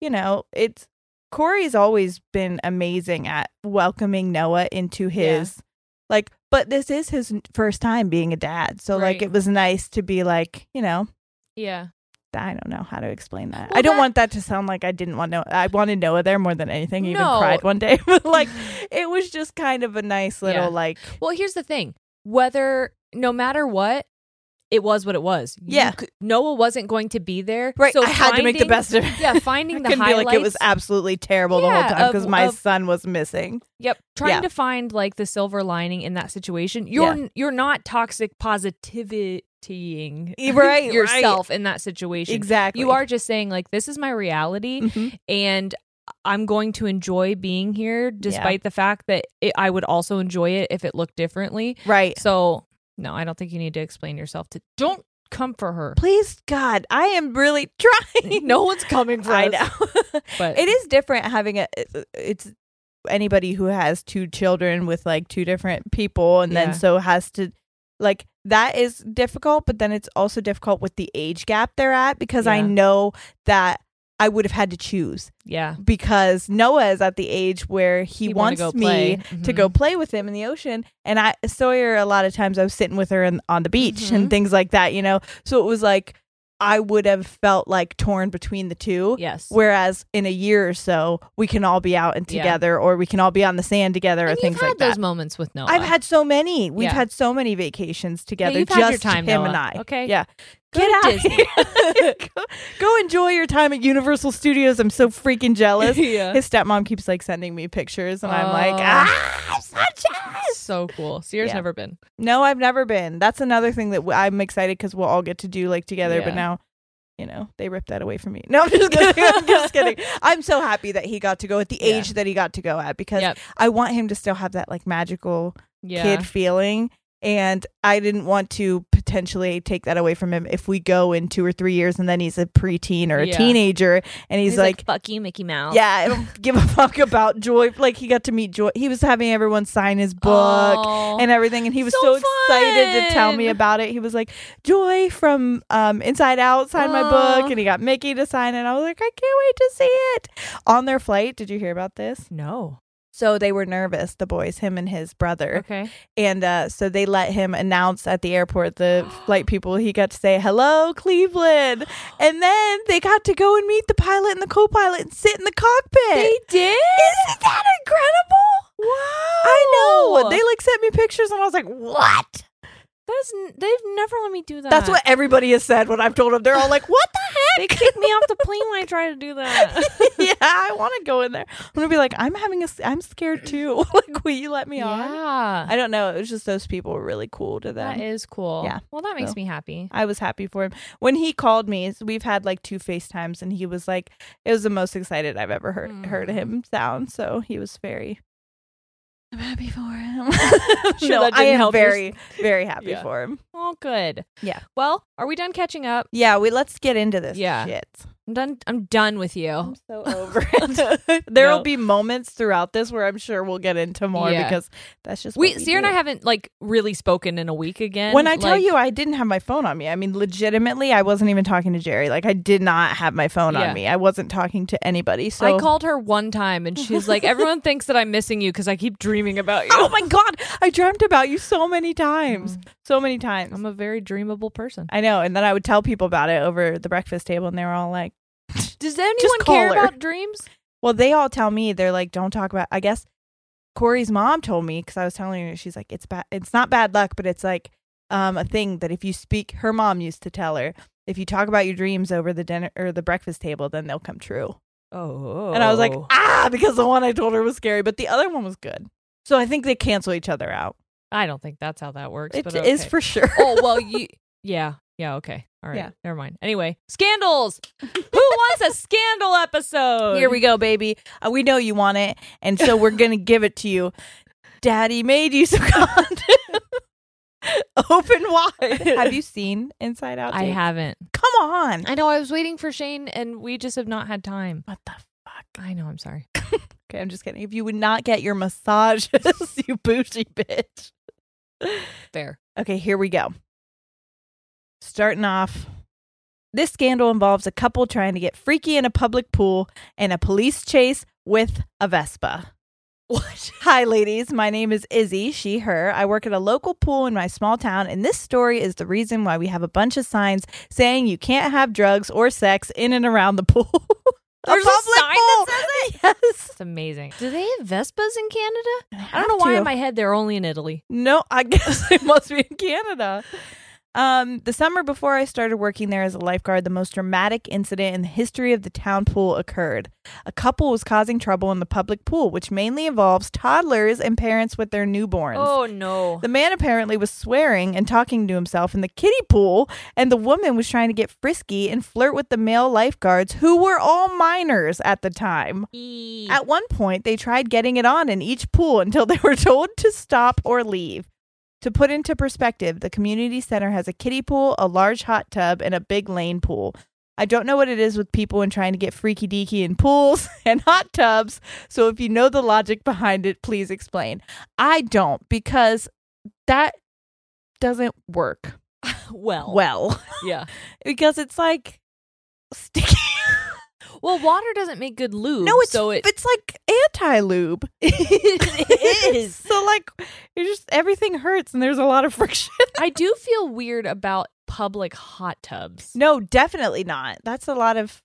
A: you know it's Corey's always been amazing at welcoming Noah
C: Yeah.
A: into his like, but this is his n- first time being a dad, so like
C: Right.
A: it was nice to be like you know
C: yeah.
A: I don't know how to explain that.
C: Well,
A: I don't
C: that-
A: want that to sound like I didn't want Noah. I wanted Noah there more than anything. He Even
C: No.
A: cried one day, but like it was just kind of a nice little
C: Yeah.
A: like
C: Well, here's the thing. Whether no matter what, it was what it was. You
A: Yeah.
C: c- Noah wasn't going to be there.
A: right.
C: So
A: I had to make
C: finding-
A: the best of it.
C: Yeah, finding the
A: Couldn't be
C: highlights.
A: like it was absolutely terrible the whole
C: Yeah,
A: time
C: of-
A: because my
C: of-
A: son was missing.
C: Yep. Trying
A: Yeah.
C: to find like the silver lining in that situation. You're you're not toxic positivitying
A: Right, right.
C: yourself in that situation.
A: Exactly.
C: You are just saying like this is my reality
A: Mhm.
C: and I'm going to enjoy being here despite the fact that it, I would also enjoy it if it looked differently.
A: right.
C: So, no, I don't think you need to explain yourself to Don't come for her.
A: Please, God, I am really trying.
C: No one's coming for
A: I
C: us.
A: know.
C: But
A: it is different having a. It's anybody who has two children with like two different people, and
C: Yeah.
A: then so has to like that is difficult. But then it's also difficult with the age gap they're at because I
C: Yeah.
A: know that I would have had to choose
C: yeah.
A: because Noah is at the age where he,
C: He wanna
A: wants
C: go
A: me
C: play.
A: to
C: Mhm.
A: go play with him in the ocean. And I Sawyer, a lot of times I was sitting with her in, on the beach
C: Mm-hmm.
A: and things like that, you know. So it was like I would have felt like torn between the two.
C: Yes.
A: Whereas in a year or so, we can all be out and
C: Yeah.
A: together, or we can all be on the sand together,
C: And
A: or things
C: you've had
A: like
C: those
A: that.
C: moments with Noah.
A: I've had so many. We've
C: Yeah.
A: had so many vacations together.
C: you've
A: just
C: had your time,
A: him
C: Noah.
A: and I.
C: Okay.
A: Yeah.
C: Go
A: Get
C: to
A: out of
C: Disney.
A: here. go, go enjoy your time at Universal Studios. I'm so freaking jealous.
C: Yeah.
A: His stepmom keeps like sending me pictures, and I'm like,
C: Oh.
A: ah, I'm so jealous.
C: so cool. Sierra's
A: Yeah.
C: never been.
A: No, I've never been. That's another thing that w- I'm excited because we'll all get to do like together. But
C: Yeah.
A: now, you know, they ripped that away from me. No, I'm just kidding. I'm just kidding. I'm so happy that he got to go at the
C: Yeah.
A: age that he got to go at because
C: Yep.
A: I want him to still have that like magical
C: Yeah.
A: kid feeling. And I didn't want to potentially take that away from him if we go in two or three years and then he's a preteen or a
C: Yeah.
A: teenager and he's, like,
C: fuck you, Mickey Mouse.
A: yeah, I don't give a fuck about Joy. Like he got to meet Joy. He was having everyone sign his book
C: Oh.
A: and everything, and he was so,
C: So
A: excited to tell me
C: fun.
A: about it. He was like, "Joy from um, Inside Out signed my book,"
C: Aw.
A: and he got Mickey to sign it. I was like, "I can't wait to see it." On their flight, did you hear about this?
C: No.
A: So they were nervous, the boys, him and his brother,
C: Okay.
A: and uh, so they let him announce at the airport the flight people. He got to say, "Hello, Cleveland," and then they got to go and meet the pilot and the co-pilot and sit in the cockpit.
C: did?
A: Isn't that incredible?
C: Wow.
A: I know. They like sent me pictures and I was like, what?
C: That's n- they've never let me do that.
A: That's what everybody has said when I've told them. They're all like, what the
C: they
A: heck?
C: kicked me off the plane when I tried to do that.
A: yeah, I want to go in there. I'm going to be like, I'm having a, s- I'm scared too. like, will you let me on?
C: yeah.
A: I don't know. It was just those people were really cool to them.
C: That is cool.
A: Yeah.
C: Well, that makes
A: So-
C: me happy.
A: I was happy for him. When he called me, so we've had like two FaceTimes and he was like, it was the most excited I've ever heard,
C: Mm.
A: heard him sound. So he was very, I'm happy for him.
C: Sure
A: no,
C: that
A: I
C: didn't
A: am
C: help your
A: very, very happy
C: Yeah.
A: for him.
C: Oh, good.
A: Yeah.
C: Well, are we done catching up?
A: Yeah, we let's get into this
C: Yeah.
A: shit.
C: I'm done. I'm done with you.
A: So over it. there will
C: No.
A: be moments throughout this where I'm sure we'll get into more
C: Yeah.
A: because that's just
C: We,
A: what we
C: Sierra and
A: do.
C: I haven't like really spoken in a week again.
A: When I tell
C: Like,
A: you I didn't have my phone on me, I mean legitimately I wasn't even talking to Jerry. Like I did not have my phone
C: Yeah.
A: on me. I wasn't talking to anybody. So
C: I called her one time and she's like, "Everyone thinks that I'm missing you because I keep dreaming about you."
A: Oh my god, I dreamt about you so many times. So many times.
C: Mm-hmm. I'm a very dreamable person.
A: I know, and then I would tell people about it over the breakfast table and they were all like
C: Does anyone
A: call
C: care
A: her.
C: about dreams?
A: Well, they all tell me they're like, don't talk about. I guess Corey's mom told me because I was telling her she's like, it's bad. It's not bad luck, but it's like um, a thing that if you speak, her mom used to tell her if you talk about your dreams over the dinner or the breakfast table, then they'll come true.
C: Oh.
A: And I was like, ah, because the one I told her was scary, but the other one was good. So I think they cancel each other out.
C: I don't think that's how that works.
A: It
C: but
A: is
C: okay.
A: for sure.
C: oh well, you. Yeah. Yeah. Okay. All right.
A: Yeah.
C: Never mind. Anyway, scandals. Who wants a scandal episode?
A: Here we go, baby. Uh, we know you want it, and so we're gonna give it to you. Daddy made you some content. Open wide. Have you seen Inside Out?
C: I
A: Jake?
C: haven't.
A: Come on.
C: I know. I was waiting for Shane, and we just have not had time.
A: What the fuck?
C: I know. I'm sorry.
A: Okay, I'm just kidding. If you would not get your massages, you bougie bitch.
C: Fair.
A: Okay, here we go. Starting off. This scandal involves a couple trying to get freaky in a public pool and a police chase with a Vespa. What? Hi, ladies. My name is Izzy, she, her. I work at a local pool in my small town, and this story is the reason why we have a bunch of signs saying you can't have drugs or sex in and around the pool.
C: There's a sign that
A: pool! Yes.
C: It's amazing. Do they have Vespas in Canada? I
A: have
C: don't know why
A: to.
C: in my head they're only in Italy.
A: No, I guess it must be in Canada. Um, the summer before I started working there as a lifeguard, the most dramatic incident in the history of the town pool occurred. A couple was causing trouble in the public pool, which mainly involves toddlers and parents with their newborns.
C: Oh, no.
A: The man apparently was swearing and talking to himself in the kiddie pool, and the woman was trying to get frisky and flirt with the male lifeguards who were all minors at the time. At one point, they tried getting it on in each pool until they were told to stop or leave. To put into perspective, the community center has a kiddie pool, a large hot tub, and a big lane pool. I don't know what it is with people and trying to get freaky deaky in pools and hot tubs, so if you know the logic behind it, please explain. I don't because that doesn't work
C: Well.
A: well
C: Yeah.
A: because it's like sticky.
C: Well, water doesn't make good lube.
A: No, it's
C: so it.
A: it's like anti lube.
C: It is.
A: so like you just everything hurts and there's a lot of friction.
C: I do feel weird about public hot tubs.
A: No, definitely not. That's a lot of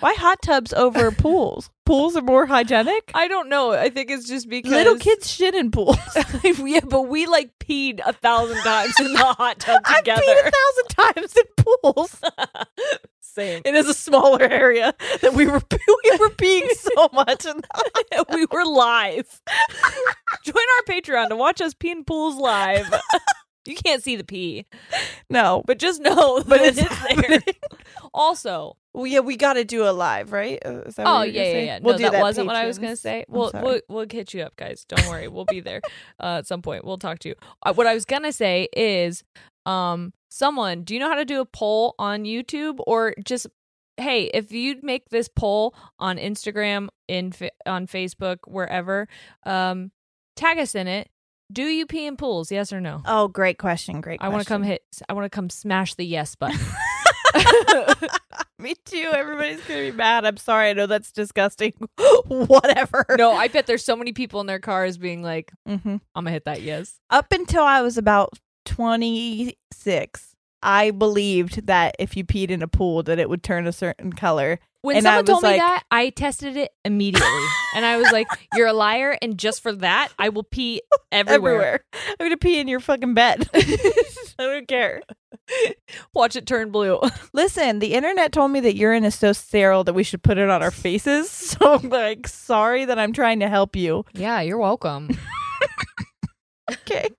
A: why hot tubs over pools? Pools are more hygienic.
C: I don't know. I think it's just because
A: Little kids shit in pools.
C: yeah, but we like peed a thousand times in the hot tub
A: I've
C: together.
A: peed a thousand times in pools.
C: Same.
A: It is a smaller area that we were we were peeing so much in the hot tub.
C: we were live. Join our Patreon to watch us pee in pools live. you can't see the pee,
A: No, but
C: but just know that
A: But it's
C: there. Also,
A: well, yeah, we got to do a live, right? Uh, Is that what
C: oh yeah,
A: you were gonna
C: yeah,
A: say?
C: yeah.
A: We'll
C: no,
A: do
C: that,
A: that
C: wasn't what I was gonna
A: patrons.
C: say.
A: I'm
C: We'll,
A: sorry.
C: we'll we'll hit you up, guys. Don't worry, we'll be there uh, at some point. We'll talk to you. Uh, what I was gonna say is, um, someone, do you know how to do a poll on YouTube or just? Hey, if you'd make this poll on Instagram, in fa- on Facebook, wherever, um, tag us in it. Do you pee in pools? Yes or no?
A: Oh, great question. Great.
C: I want to come hit. I want to come smash the yes button.
A: Me too. Everybody's gonna be mad. I'm sorry. I know that's disgusting. Whatever.
C: no, I bet there's so many people in their cars being like,
A: hmm
C: "I'm gonna hit that yes."
A: Up until I was about 26, I believed that if you peed in a pool, that it would turn a certain color.
C: When
A: And I
C: someone
A: was
C: told me
A: like-
C: that, I tested it immediately, and I was like, "You're a liar!" And just for that, I will pee everywhere.
A: I'm gonna pee in your fucking bed. I don't care.
C: Watch it turn blue.
A: Listen, the internet told me that urine is so sterile that we should put it on our faces. So I'm like, sorry that I'm trying to help you.
C: Yeah, you're welcome.
A: Okay.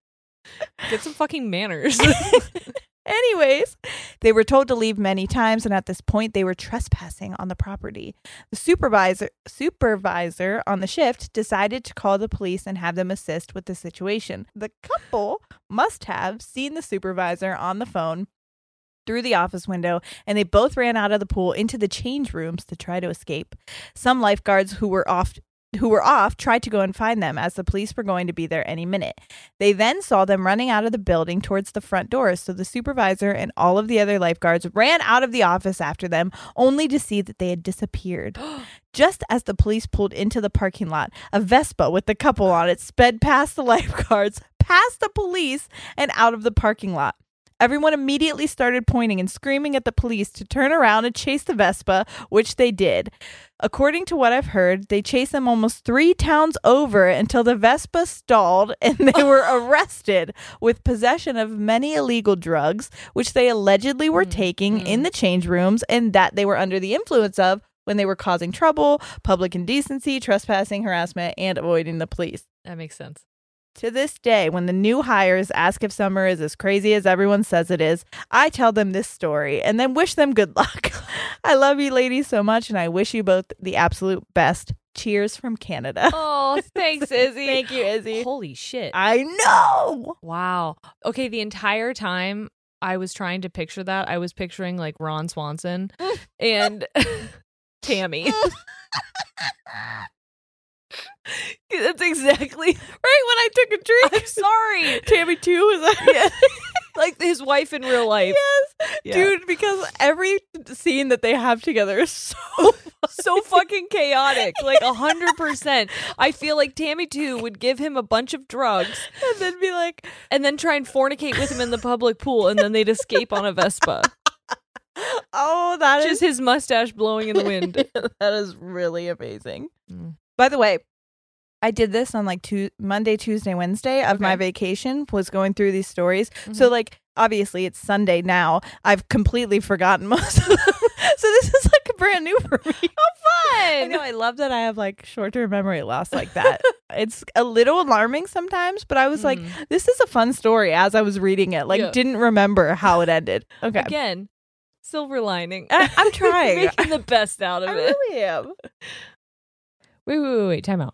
C: Get some fucking manners.
A: Anyways, they were told to leave many times, and at this point, they were trespassing on the property. The supervisor supervisor on the shift decided to call the police and have them assist with the situation. The couple must have seen the supervisor on the phone through the office window, and they both ran out of the pool into the change rooms to try to escape. Some lifeguards who were off who were off tried to go and find them as the police were going to be there any minute. They then saw them running out of the building towards the front doors, so the supervisor and all of the other lifeguards ran out of the office after them, only to see that they had disappeared. Just as the police pulled into the parking lot, a Vespa with the couple on it sped past the lifeguards, past the police, and out of the parking lot. Everyone immediately started pointing and screaming at the police to turn around and chase the Vespa, which they did. According to what I've heard, they chased them almost three towns over until the Vespa stalled and they were arrested with possession of many illegal drugs, which they allegedly were taking in the change rooms and that they were under the influence of when they were causing trouble, public indecency, trespassing, harassment, and avoiding the police.
C: that makes sense.
A: To this day, when the new hires ask if summer is as crazy as everyone says it is, I tell them this story and then wish them good luck. I love you ladies so much and I wish you both the absolute best. Cheers from Canada.
C: Oh, thanks, Izzy.
A: Thank you, Izzy.
C: Holy shit.
A: I know.
C: Wow. Okay, the entire time I was trying to picture that, I was picturing like Ron Swanson and Tammy. That's exactly right when I took a drink. I'm sorry.
A: Tammy too was
C: Yeah. like his wife in real life.
A: Yes.
C: Yeah.
A: Dude, because every scene that they have together is so
C: So fucking chaotic. Like a hundred percent. I feel like Tammy too would give him a bunch of drugs
A: and then be like,
C: and then try and fornicate with him in the public pool and then they'd escape on a Vespa.
A: "Oh, that is
C: Just his mustache blowing in the wind.
A: that is really amazing."
C: Mm.
A: By the way, I did this on like two Monday, Tuesday, Wednesday of my
C: Okay. Mm-hmm.
A: vacation. Was going through these stories, so like obviously it's Sunday now. I've completely forgotten most of them, so this is like brand new for me. I
C: fun.
A: know. I love that I have like short term memory loss like that. it's a little alarming sometimes, but I was like, this is a fun story as I was reading it. Like,
C: Mm. Yeah.
A: didn't remember how it ended. Okay.
C: Again, silver lining.
A: I- I'm trying.
C: Making the best out of
A: I
C: it.
A: really am.
C: Wait, wait, wait, wait. Time out.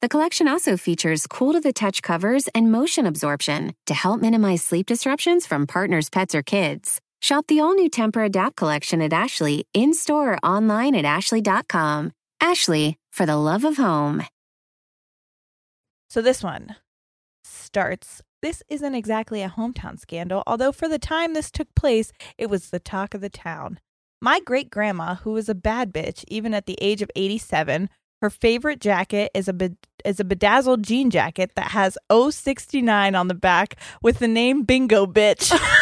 F: The collection also features cool to the touch covers and motion absorption to help minimize sleep disruptions from partners, pets, or kids. Shop the all new Temper Adapt collection at Ashley in store or online at ashley.com. Ashley, for the love of home.
A: So this one starts. This isn't exactly a hometown scandal, although for the time this took place, it was the talk of the town. My great grandma, who was a bad bitch even at the age of 87, her favorite jacket is a bed- is a bedazzled jean jacket that has 069 on the back with the name Bingo Bitch.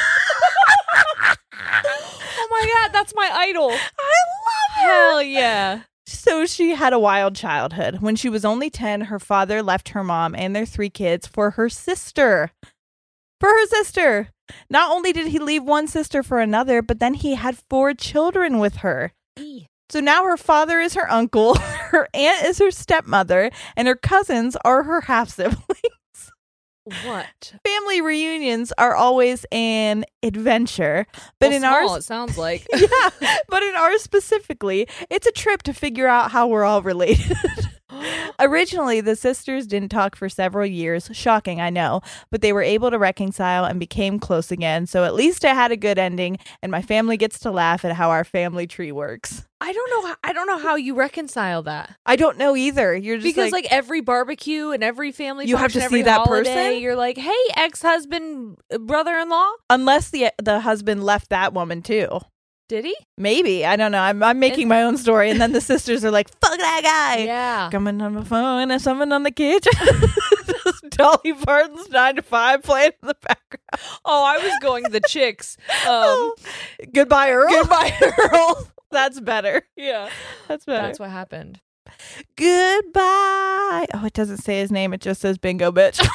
C: Oh my god, that's my idol.
A: I love her.
C: Hell yeah.
A: So she had a wild childhood. When she was only 10, her father left her mom and their three kids for her sister. For her sister. Not only did he leave one sister for another, but then he had four children with her. So now her father is her uncle, her aunt is her stepmother, and her cousins are her half siblings.
C: What?
A: Family reunions are always an adventure, but
C: Well,
A: in
C: small,
A: ours
C: it sounds like.
A: yeah, but in ours specifically, it's a trip to figure out how we're all related. Originally, the sisters didn't talk for several years. Shocking, I know, but they were able to reconcile and became close again. So at least I had a good ending, and my family gets to laugh at how our family tree works.
C: I don't know. How, I don't know how you reconcile that
A: I don't know either. You're just
C: because, like, every barbecue and every family,
A: You have
C: function,
A: to see
C: every
A: that
C: holiday,
A: person?
C: You're like, hey, ex-husband, brother-in-law.
A: unless the the husband left that woman too.
C: Did he?
A: Maybe I don't know. I'm I'm making
C: And-
A: my own story, and then the sisters are like, "Fuck that guy."
C: yeah.
A: Coming on my phone and someone on the kitchen. Just Dolly Parton's nine to five playing in the background.
C: Oh, I was going the chicks. Um,
A: Oh. goodbye, Earl.
C: Goodbye,
A: Earl. That's better.
C: yeah,
A: That's better.
C: that's what happened.
A: goodbye. Oh, it doesn't say his name. It just says bingo, bitch.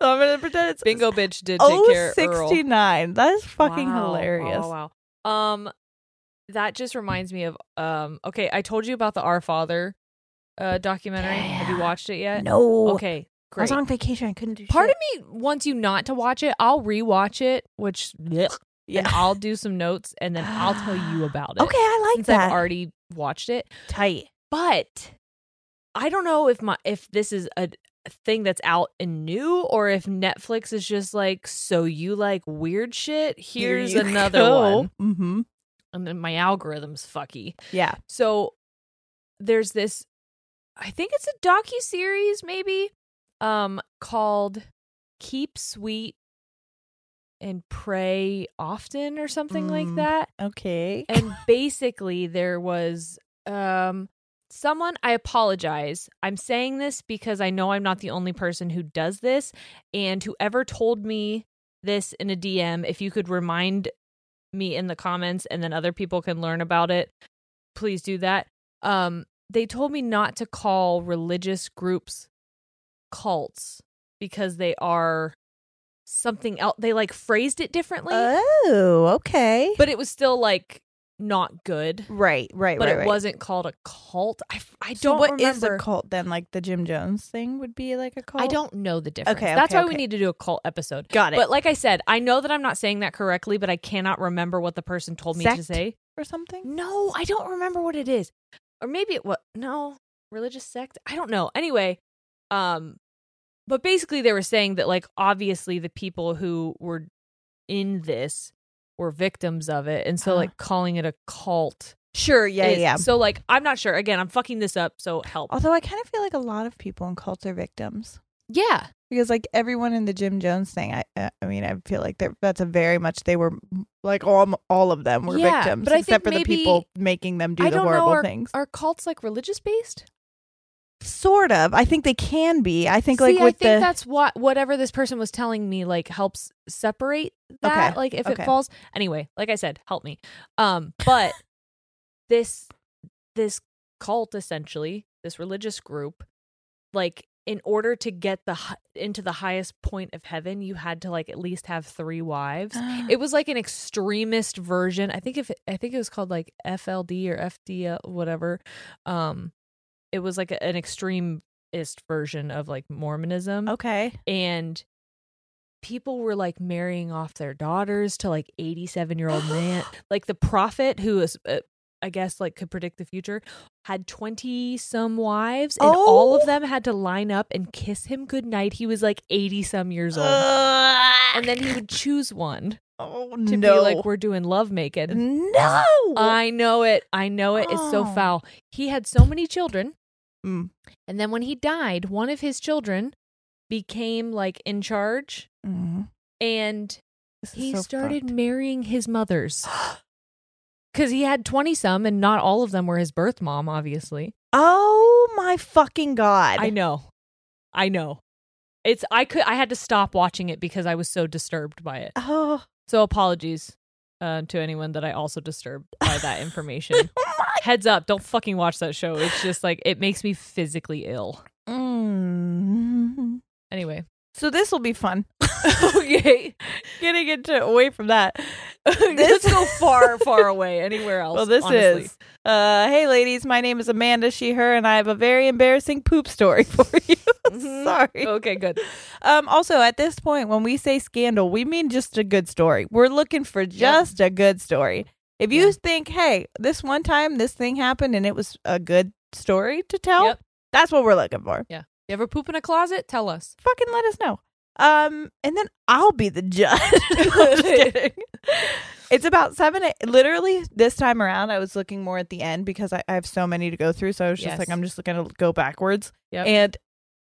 A: I'm gonna pretend it's
C: Bingo, bitch did take care.
A: Oh,
C: of Earl.
A: 69. That is fucking
C: Wow, wow,
A: hilarious.
C: Wow, wow. Um that just reminds me of um okay, I told you about the Our Father uh documentary. Have you
A: Yeah.
C: watched it yet?
A: No.
C: Okay,
A: I was
C: great.
A: on vacation. I couldn't do
C: Part
A: shit.
C: of me wants you not to watch it. I'll rewatch it, which yeah. and I'll do some notes and then I'll tell you about it.
A: Okay, I like
C: Since
A: that.
C: I've already watched it.
A: tight.
C: But I don't know if my if this is a thing that's out and new or if Netflix is just like so you like weird shit, here's another one.
A: Mm-hmm.
C: and then my algorithm's fucky.
A: Yeah.
C: So there's this I think it's a docu series maybe um called Keep Sweet and Pray Often or something like
A: Mm.
C: that.
A: Okay.
C: And basically there was um someone I apologize. I'm saying this because I know I'm not the only person who does this and whoever told me this in a DM if you could remind me in the comments and then other people can learn about it, please do that. Um they told me not to call religious groups cults because they are something else. They like phrased it differently,
A: Oh, okay.
C: but it was still like not good
A: right, right,
C: but
A: right.
C: it
A: right.
C: wasn't called a cult. I, f- I
A: So
C: don't
A: what is
C: remember.
A: a cult then? Like the Jim Jones thing would be like a cult.
C: I don't know the difference.
A: Okay,
C: That's
A: okay,
C: why we
A: okay.
C: need to do a cult episode.
A: got it.
C: But like I said, I know that I'm not saying that correctly, but I cannot remember what the person told me to
A: Sect?
C: say.
A: or something.
C: No, I don't remember what it is. Or maybe it was no religious sect. I don't know. Anyway, um, but basically they were saying that like obviously the people who were in this were victims of it, and so
A: Huh.
C: like calling it a cult.
A: Sure. Yeah.
C: is-
A: yeah. Oh.
C: So like I'm not sure. Again, I'm fucking this up. So help.
A: Although I kind of feel like a lot of people in cults are victims
C: Yeah.
A: because like everyone in the Jim Jones thing. I I- I mean I feel like they're- that's a very much they were like all all of them were
C: Yeah,
A: victims
C: but I
A: except for
C: think
A: the
C: maybe-
A: people making them do the horrible
C: are,
A: things.
C: Are cults like religious based?
A: sort of. I think they can be. I think like
C: See,
A: with
C: I think
A: the
C: that's what whatever this person was telling me like helps separate that.
A: Okay,
C: Like if
A: okay.
C: it falls anyway, like I said, help me. Um, but this this cult essentially, this religious group, like in order to get the hi- into the highest point of heaven, you had to like at least have three wives. it was like an extremist version. I think if I think it was called like FLD or FD whatever. Um it was like a, an extremist version of like Mormonism
A: okay.
C: and people were like marrying off their daughters to like 87-year-old man. Like the prophet who is uh, I guess like could predict the future had 20 some wives and all
A: Oh.
C: of them had to line up and kiss him goodnight. He was like 80 some years old. and then he would choose one
A: Oh
C: to
A: no.
C: be like we're doing lovemaking.
A: no.
C: I know it. I know it. It's so
A: Oh.
C: foul. He had so many children,
A: Mm.
C: and then when he died, one of his children became like in charge,
A: Mm.
C: and
A: This is
C: he
A: so
C: started
A: fucked.
C: marrying his mothers because he had twenty some, and not all of them were his birth mom. Obviously,
A: Oh my fucking god!
C: I know. I know. It's I could I had to stop watching it because I was so disturbed by it.
A: Oh,
C: So apologies uh, to anyone that I also disturbed by that information.
A: my.
C: heads up don't fucking watch that show it's just like it makes me physically ill
A: Mm.
C: anyway
A: So this will be fun.
C: okay getting into away from that let's go far far away anywhere else
A: Well, this
C: honestly.
A: is. Uh, hey, ladies, my name is Amanda. She, her, and I have a very embarrassing poop story for you.
C: Mhm.
A: Sorry.
C: okay good
A: Um, also, at this point, when we say scandal, we mean just a good story. We're looking for just a good story. If you
C: Yeah.
A: think, hey, this one time this thing happened and it was a good story to tell,
C: Yep.
A: that's what we're looking for.
C: you ever poop in a closet tell us
A: fucking let us know. Um, and then I'll be the judge. Just kidding. It's about seven. a- Literally, this time around, I was looking more at the end because I, I have so many to go through. So I was just
C: Yes.
A: like, I'm just going to go backwards.
C: Yep.
A: And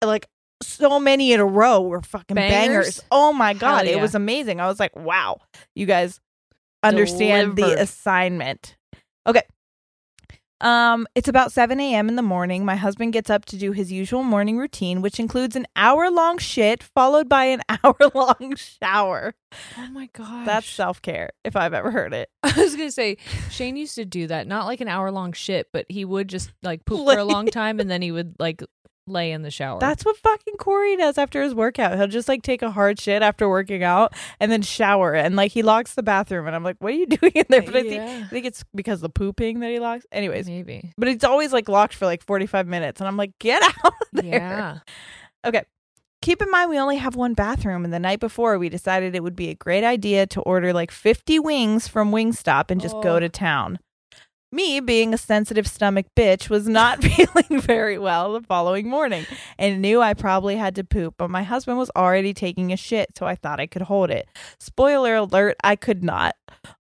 A: like so many in a row were fucking bangers.
C: Bangers?
A: Oh my god,
C: Hell
A: it
C: yeah.
A: was amazing. I was like, wow, you guys understand
C: Delivered.
A: the assignment. Okay. Um, it's about 7 a.m. in the morning. My husband gets up to do his usual morning routine, which includes an hour long shit followed by an hour long shower.
C: oh my god
A: That's self care, if I've ever heard it.
C: i was gonna say shane used to do that not like an hour long shit but he would just like poop for
A: Lay-
C: a long time and then he would like lay in the shower
A: That's what fucking Corey does after his workout. He'll just like take a hard shit after working out and then shower. And like he locks the bathroom. And I'm like, what are you doing in there? But I, think,
C: Yeah.
A: I think it's because of the pooping that he locks. Anyways,
C: maybe
A: but it's always like locked for like 45 minutes. And I'm like, get out of there.
C: yeah
A: Keep in mind, we only have one bathroom. And the night before, we decided it would be a great idea to order like 50 wings from Wingstop and just go
C: Oh.
A: to town. Me, being a sensitive stomach bitch, was not feeling very well the following morning and knew I probably had to poop, but my husband was already taking a shit, so I thought I could hold it. Spoiler alert, I could not.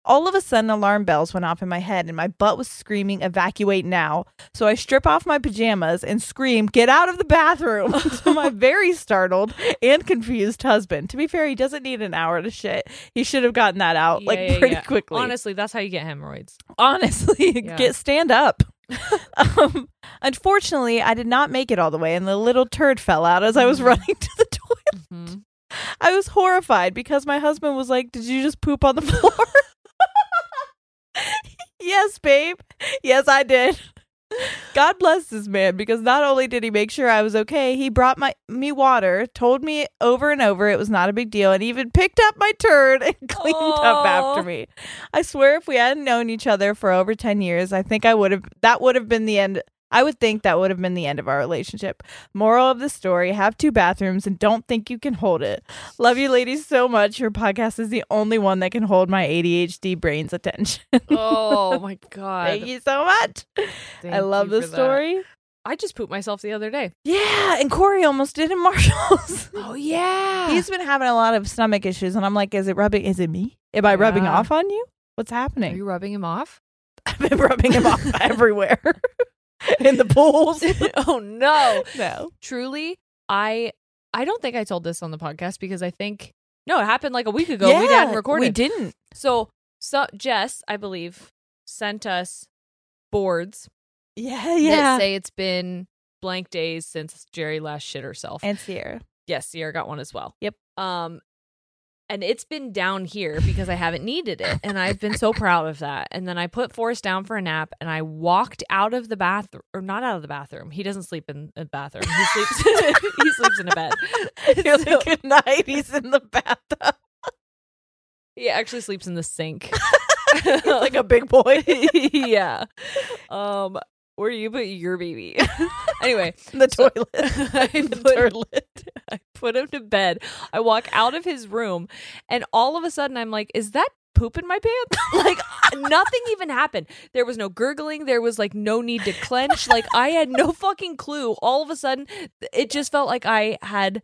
A: All of a sudden, alarm bells went off in my head, and my butt was screaming, Evacuate now. So I strip off my pajamas and scream, Get out of the bathroom to my very startled and confused husband. To be fair, he doesn't need an hour to shit. He should have gotten that out like
C: Yeah, yeah,
A: pretty
C: yeah.
A: quickly.
C: Honestly, that's how you get hemorrhoids.
A: Honestly,
C: Yeah.
A: get stand up. um, unfortunately, I did not make it all the way, and the little turd fell out as I
C: Mm-hmm.
A: was running to the toilet.
C: Mhm.
A: I was horrified because my husband was like, "Did you just poop on the floor?" yes, babe. Yes, I did. God bless this man because not only did he make sure I was okay, he brought my me water, told me over and over it was not a big deal, and even picked up my turd and cleaned up after
C: Aw.
A: me. I swear, if we hadn't known each other for over ten years, I think I would have. That would have been the end. I would think that would have been the end of our relationship. Moral of the story have two bathrooms and don't think you can hold it. Love you ladies so much. Your podcast is the only one that can hold my ADHD brain's attention.
C: oh my god!
A: Thank you so much. I
C: Thank
A: love
C: you
A: this
C: for that.
A: story.
C: I just pooped myself the other day.
A: Yeah, and Corey almost did in Marshall's.
C: Oh yeah.
A: He's been having a lot of stomach issues, and I'm like, is it rubbing? Is it me? Am I rubbing
C: Yeah.
A: off on you? What's
C: Are
A: happening?
C: you rubbing him off?
A: I've been rubbing him off everywhere in the pools.
C: oh no.
A: no.
C: Truly, I I don't think I told this on the podcast because I think no, it happened like a week ago. we hadn't recorded.
A: We didn't.
C: So, so Jess, I believe, sent us boards
A: Yeah,
C: that
A: yeah.
C: say it's been blank days since Jerry last shit herself.
A: And Sierra.
C: yes, Sierra got one as well.
A: Yep.
C: Um, and it's been down here because I haven't needed it, and I've been so proud of that. And then I put Forrest down for a nap, and I walked out of the bathroom, or not out of the bathroom. He doesn't sleep in a bathroom. He sleeps. he sleeps in a bed.
A: You're
C: So-
A: like, good night. He's in the bathtub.
C: he actually sleeps in the sink.
A: He's like a big boy.
C: yeah. Um, where do you put your baby? anyway,
A: in the
C: So-
A: toilet.
C: I
A: The
C: put,
A: toilet.
C: I put him to bed. I walk out of his room, and all of a sudden, I'm like, "Is that poop in my pants?" like nothing even happened. There was no gurgling. There was like no need to clench. Like I had no fucking clue. All of a sudden, it just felt like I had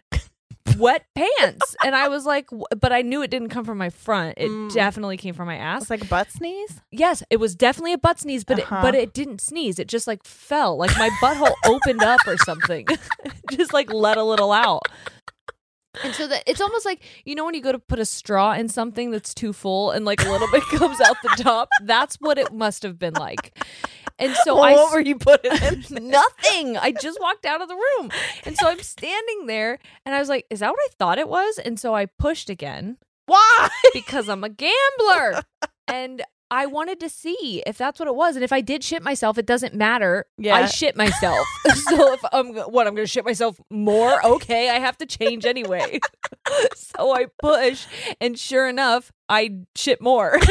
C: wet pants, and I was like, "Wh- "But I knew it didn't come from my front. It
A: Mm.
C: definitely came from my ass."
A: It's like a butt sneeze.
C: Yes, it was definitely a butt sneeze, but
A: Uh-huh.
C: it, but it didn't sneeze. It just like fell, like my butthole opened up or something, just like let a little out. And so that it's almost like you know when you go to put a straw in something that's too full and like a little bit comes out the top. That's what it must have been like. And so
A: Well,
C: I
A: what
C: s-
A: were you putting in?
C: nothing. I just walked out of the room. And so I'm standing there and I was like, is that what I thought it was? And so I pushed again
A: Why?
C: because I'm a gambler. and I wanted to see if that's what it was. And if I did shit myself, it doesn't matter.
A: Yeah.
C: I shit myself. so if I'm what, I'm gonna shit myself more? Okay, I have to change anyway. so I push, and sure enough, I shit more.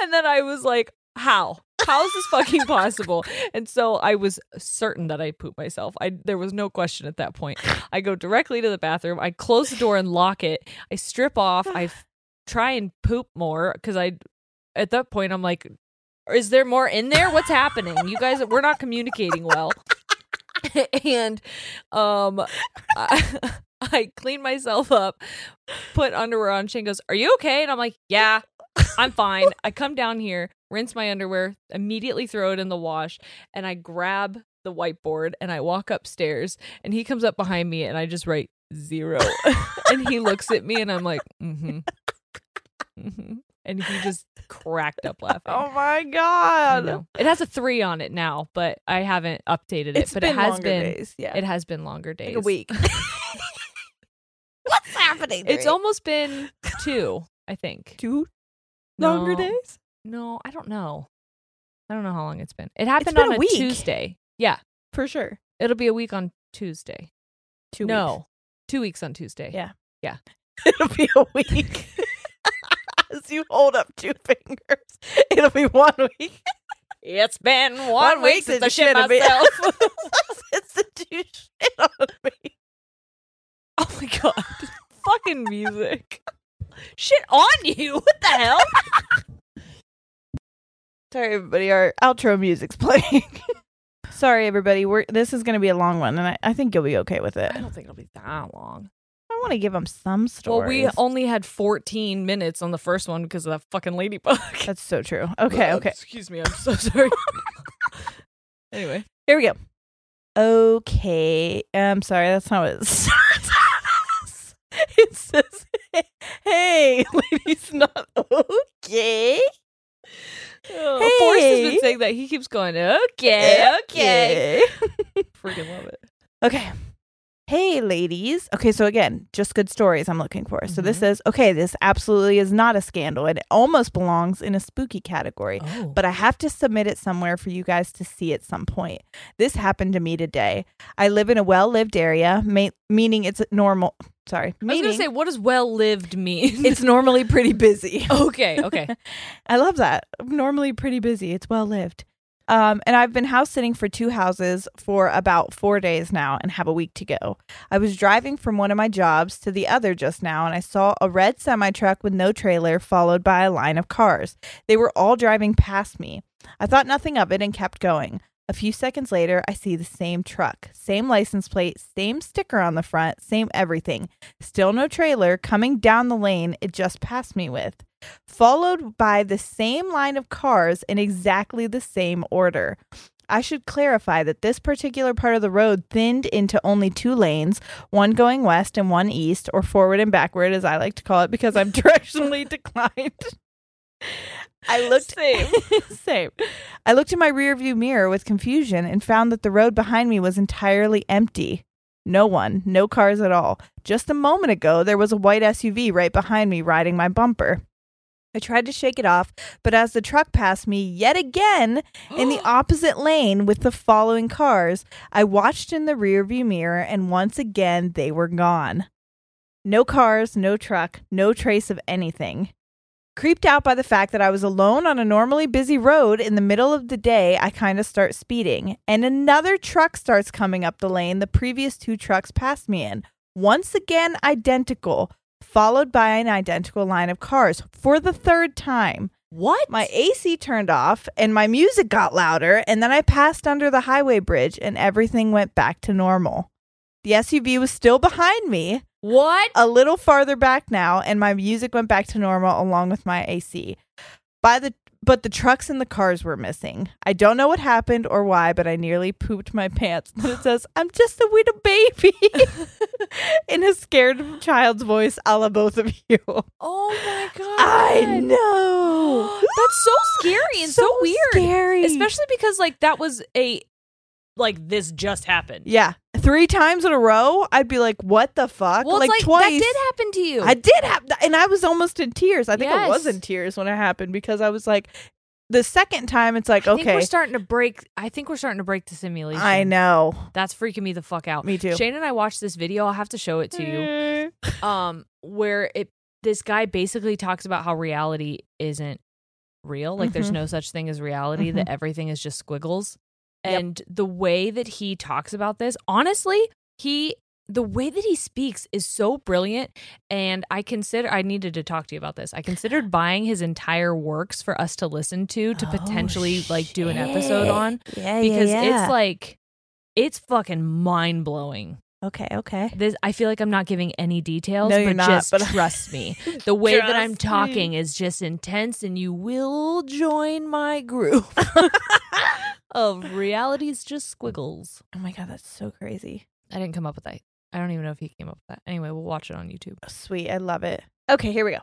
C: and then I was like, how? How is this fucking possible? And so I was certain that I pooped myself. I there was no question at that point. I go directly to the bathroom. I close the door and lock it. I strip off. I f- try and poop more because I, at that point, I'm like, is there more in there? What's happening? You guys, we're not communicating well. and, um, I, I clean myself up, put underwear on. Shane goes, "Are you okay?" And I'm like, "Yeah, I'm fine." I come down here, rinse my underwear, immediately throw it in the wash, and I grab the whiteboard and I walk upstairs and he comes up behind me and I just write zero. and he looks at me and I'm like, mm-hmm. hmm And he just cracked up laughing.
A: Oh my
C: I
A: god.
C: know. It has a three on it now, but I haven't updated it.
A: It's
C: but
A: been
C: it has
A: longer
C: been
A: days. Yeah.
C: it has been longer days.
A: like a week. What's happening?
C: It's almost been two, I think.
A: two
C: No.
A: longer days.
C: No, I don't know. I don't know how long it's been. It happened
A: been
C: on
A: a
C: a,
A: week.
C: Tuesday. Yeah.
A: For sure.
C: It'll be a week on Tuesday.
A: Two
C: no. Two weeks on Tuesday.
A: Yeah. It'll be a week. As you hold up two fingers, it'll be one week.
C: It's been one,
A: week since I shit on me. Since the two shit on me.
C: oh my god. Fucking music. Shit on you. What the hell?
A: Sorry, everybody. Our outro music's playing. Sorry, everybody. We're this is going to be a long one, and I, I think you'll be okay with it.
C: think it'll be that long.
A: want to give them some
C: Well,
A: stories.
C: we only had 14 minutes on the first one because of that fucking ladybug.
A: That's so true. Okay, okay.
C: Excuse me. I'm so sorry. anyway.
A: Here we go. Okay. I'm sorry, that's not what it starts. it says, hey, ladies, not okay.
C: Oh, Forrest has
A: Hey.
C: been saying that. He keeps going, okay, okay. Freaking love it.
A: Okay. Hey, ladies. Okay, so again, just good stories I'm looking for. So
C: Mm-hmm.
A: this says, okay, this absolutely is not a scandal. and It almost belongs in a spooky category,
C: Oh.
A: but I have to submit it somewhere for you guys to see at some point. This happened to me today. I live in a well lived area, ma- meaning it's normal. Sorry.
C: I was
A: Meaning
C: going to say, what does well lived mean?
A: it's normally pretty busy.
C: okay, okay.
A: I love that. I'm normally pretty busy. It's well lived. Um, and I've been house sitting for two houses for about four days now and have a week to go. I was driving from one of my jobs to the other just now and I saw a red semi truck with no trailer followed by a line of cars. They were all driving past me. I thought nothing of it and kept going. A few seconds later, I see the same truck, same license plate, same sticker on the front, same everything. Still no trailer coming down the lane it just passed me with followed by the same line of cars in exactly the same order. I should clarify that this particular part of the road thinned into only two lanes, one going west and one east, or forward and backward, as I like to call it, because I'm directionally declined. I looked same. same. I looked in my rearview mirror with confusion and found that the road behind me was entirely empty. No one, no cars at all. Just a moment ago, there was a white SUV right behind me riding my bumper. I tried to shake it off, but as the truck passed me yet again in the opposite lane with the following cars, I watched in the rearview mirror and once again they were gone. No cars, no truck, no trace of anything. Creeped out by the fact that I was alone on a normally busy road in the middle of the day, I kind of start speeding, and another truck starts coming up the lane the previous two trucks passed me in. Once again, identical, followed by an identical line of cars for the third time.
C: What?
A: My AC turned off and my music got louder, and then I passed under the highway bridge and everything went back to normal. The SUV was still behind me,
C: what?
A: a little farther back now, and my music went back to normal along with my AC. By the but the trucks and the cars were missing. I don't know what happened or why, but I nearly pooped my pants. But it says, "I'm just a little baby," in a scared child's voice, a la both of you.
C: Oh my God.
A: I know.
C: That's so scary and so, weird.
A: Scary.
C: Especially because, like, that was a, like, this just happened.
A: yeah, three times in a row. I'd be like, "What the fuck?"
C: Well,
A: like,
C: it's like,
A: twice.
C: that did happen to you.
A: I did have, and I was almost in tears. I think I was
C: Yes.
A: in tears when it happened because I was like, the second time, it's like,
C: I think
A: okay,
C: we're starting to break. I think we're starting to break the simulation.
A: I know.
C: That's freaking me the fuck out.
A: Me too.
C: Shane and I watched this video. I'll have to show it to
A: you.
C: you. Um, where it this guy basically talks about how reality isn't real. Like there's
A: Mhm.
C: no such thing as reality. That everything is just squiggles.
A: Mm-hmm. Yep.
C: And the way that he talks about this, honestly, he the way that he speaks is so brilliant and i consider i needed to talk to you about this i considered buying his entire works for us to listen to
A: Oh,
C: to potentially like do an episode on
A: yeah,
C: because it's like it's fucking mind blowing.
A: okay, okay.
C: This I feel like I'm not giving any details,
A: No,
C: but
A: you're not,
C: just
A: but-
C: trust me. The way that I'm
A: Trust me.
C: talking is just intense, and you will join my group of realities just squiggles.
A: Oh my god, that's so crazy.
C: I didn't come up with that. I don't even know if he came up with that. Anyway, we'll watch it on YouTube.
A: Sweet, I love it. Okay, here we go.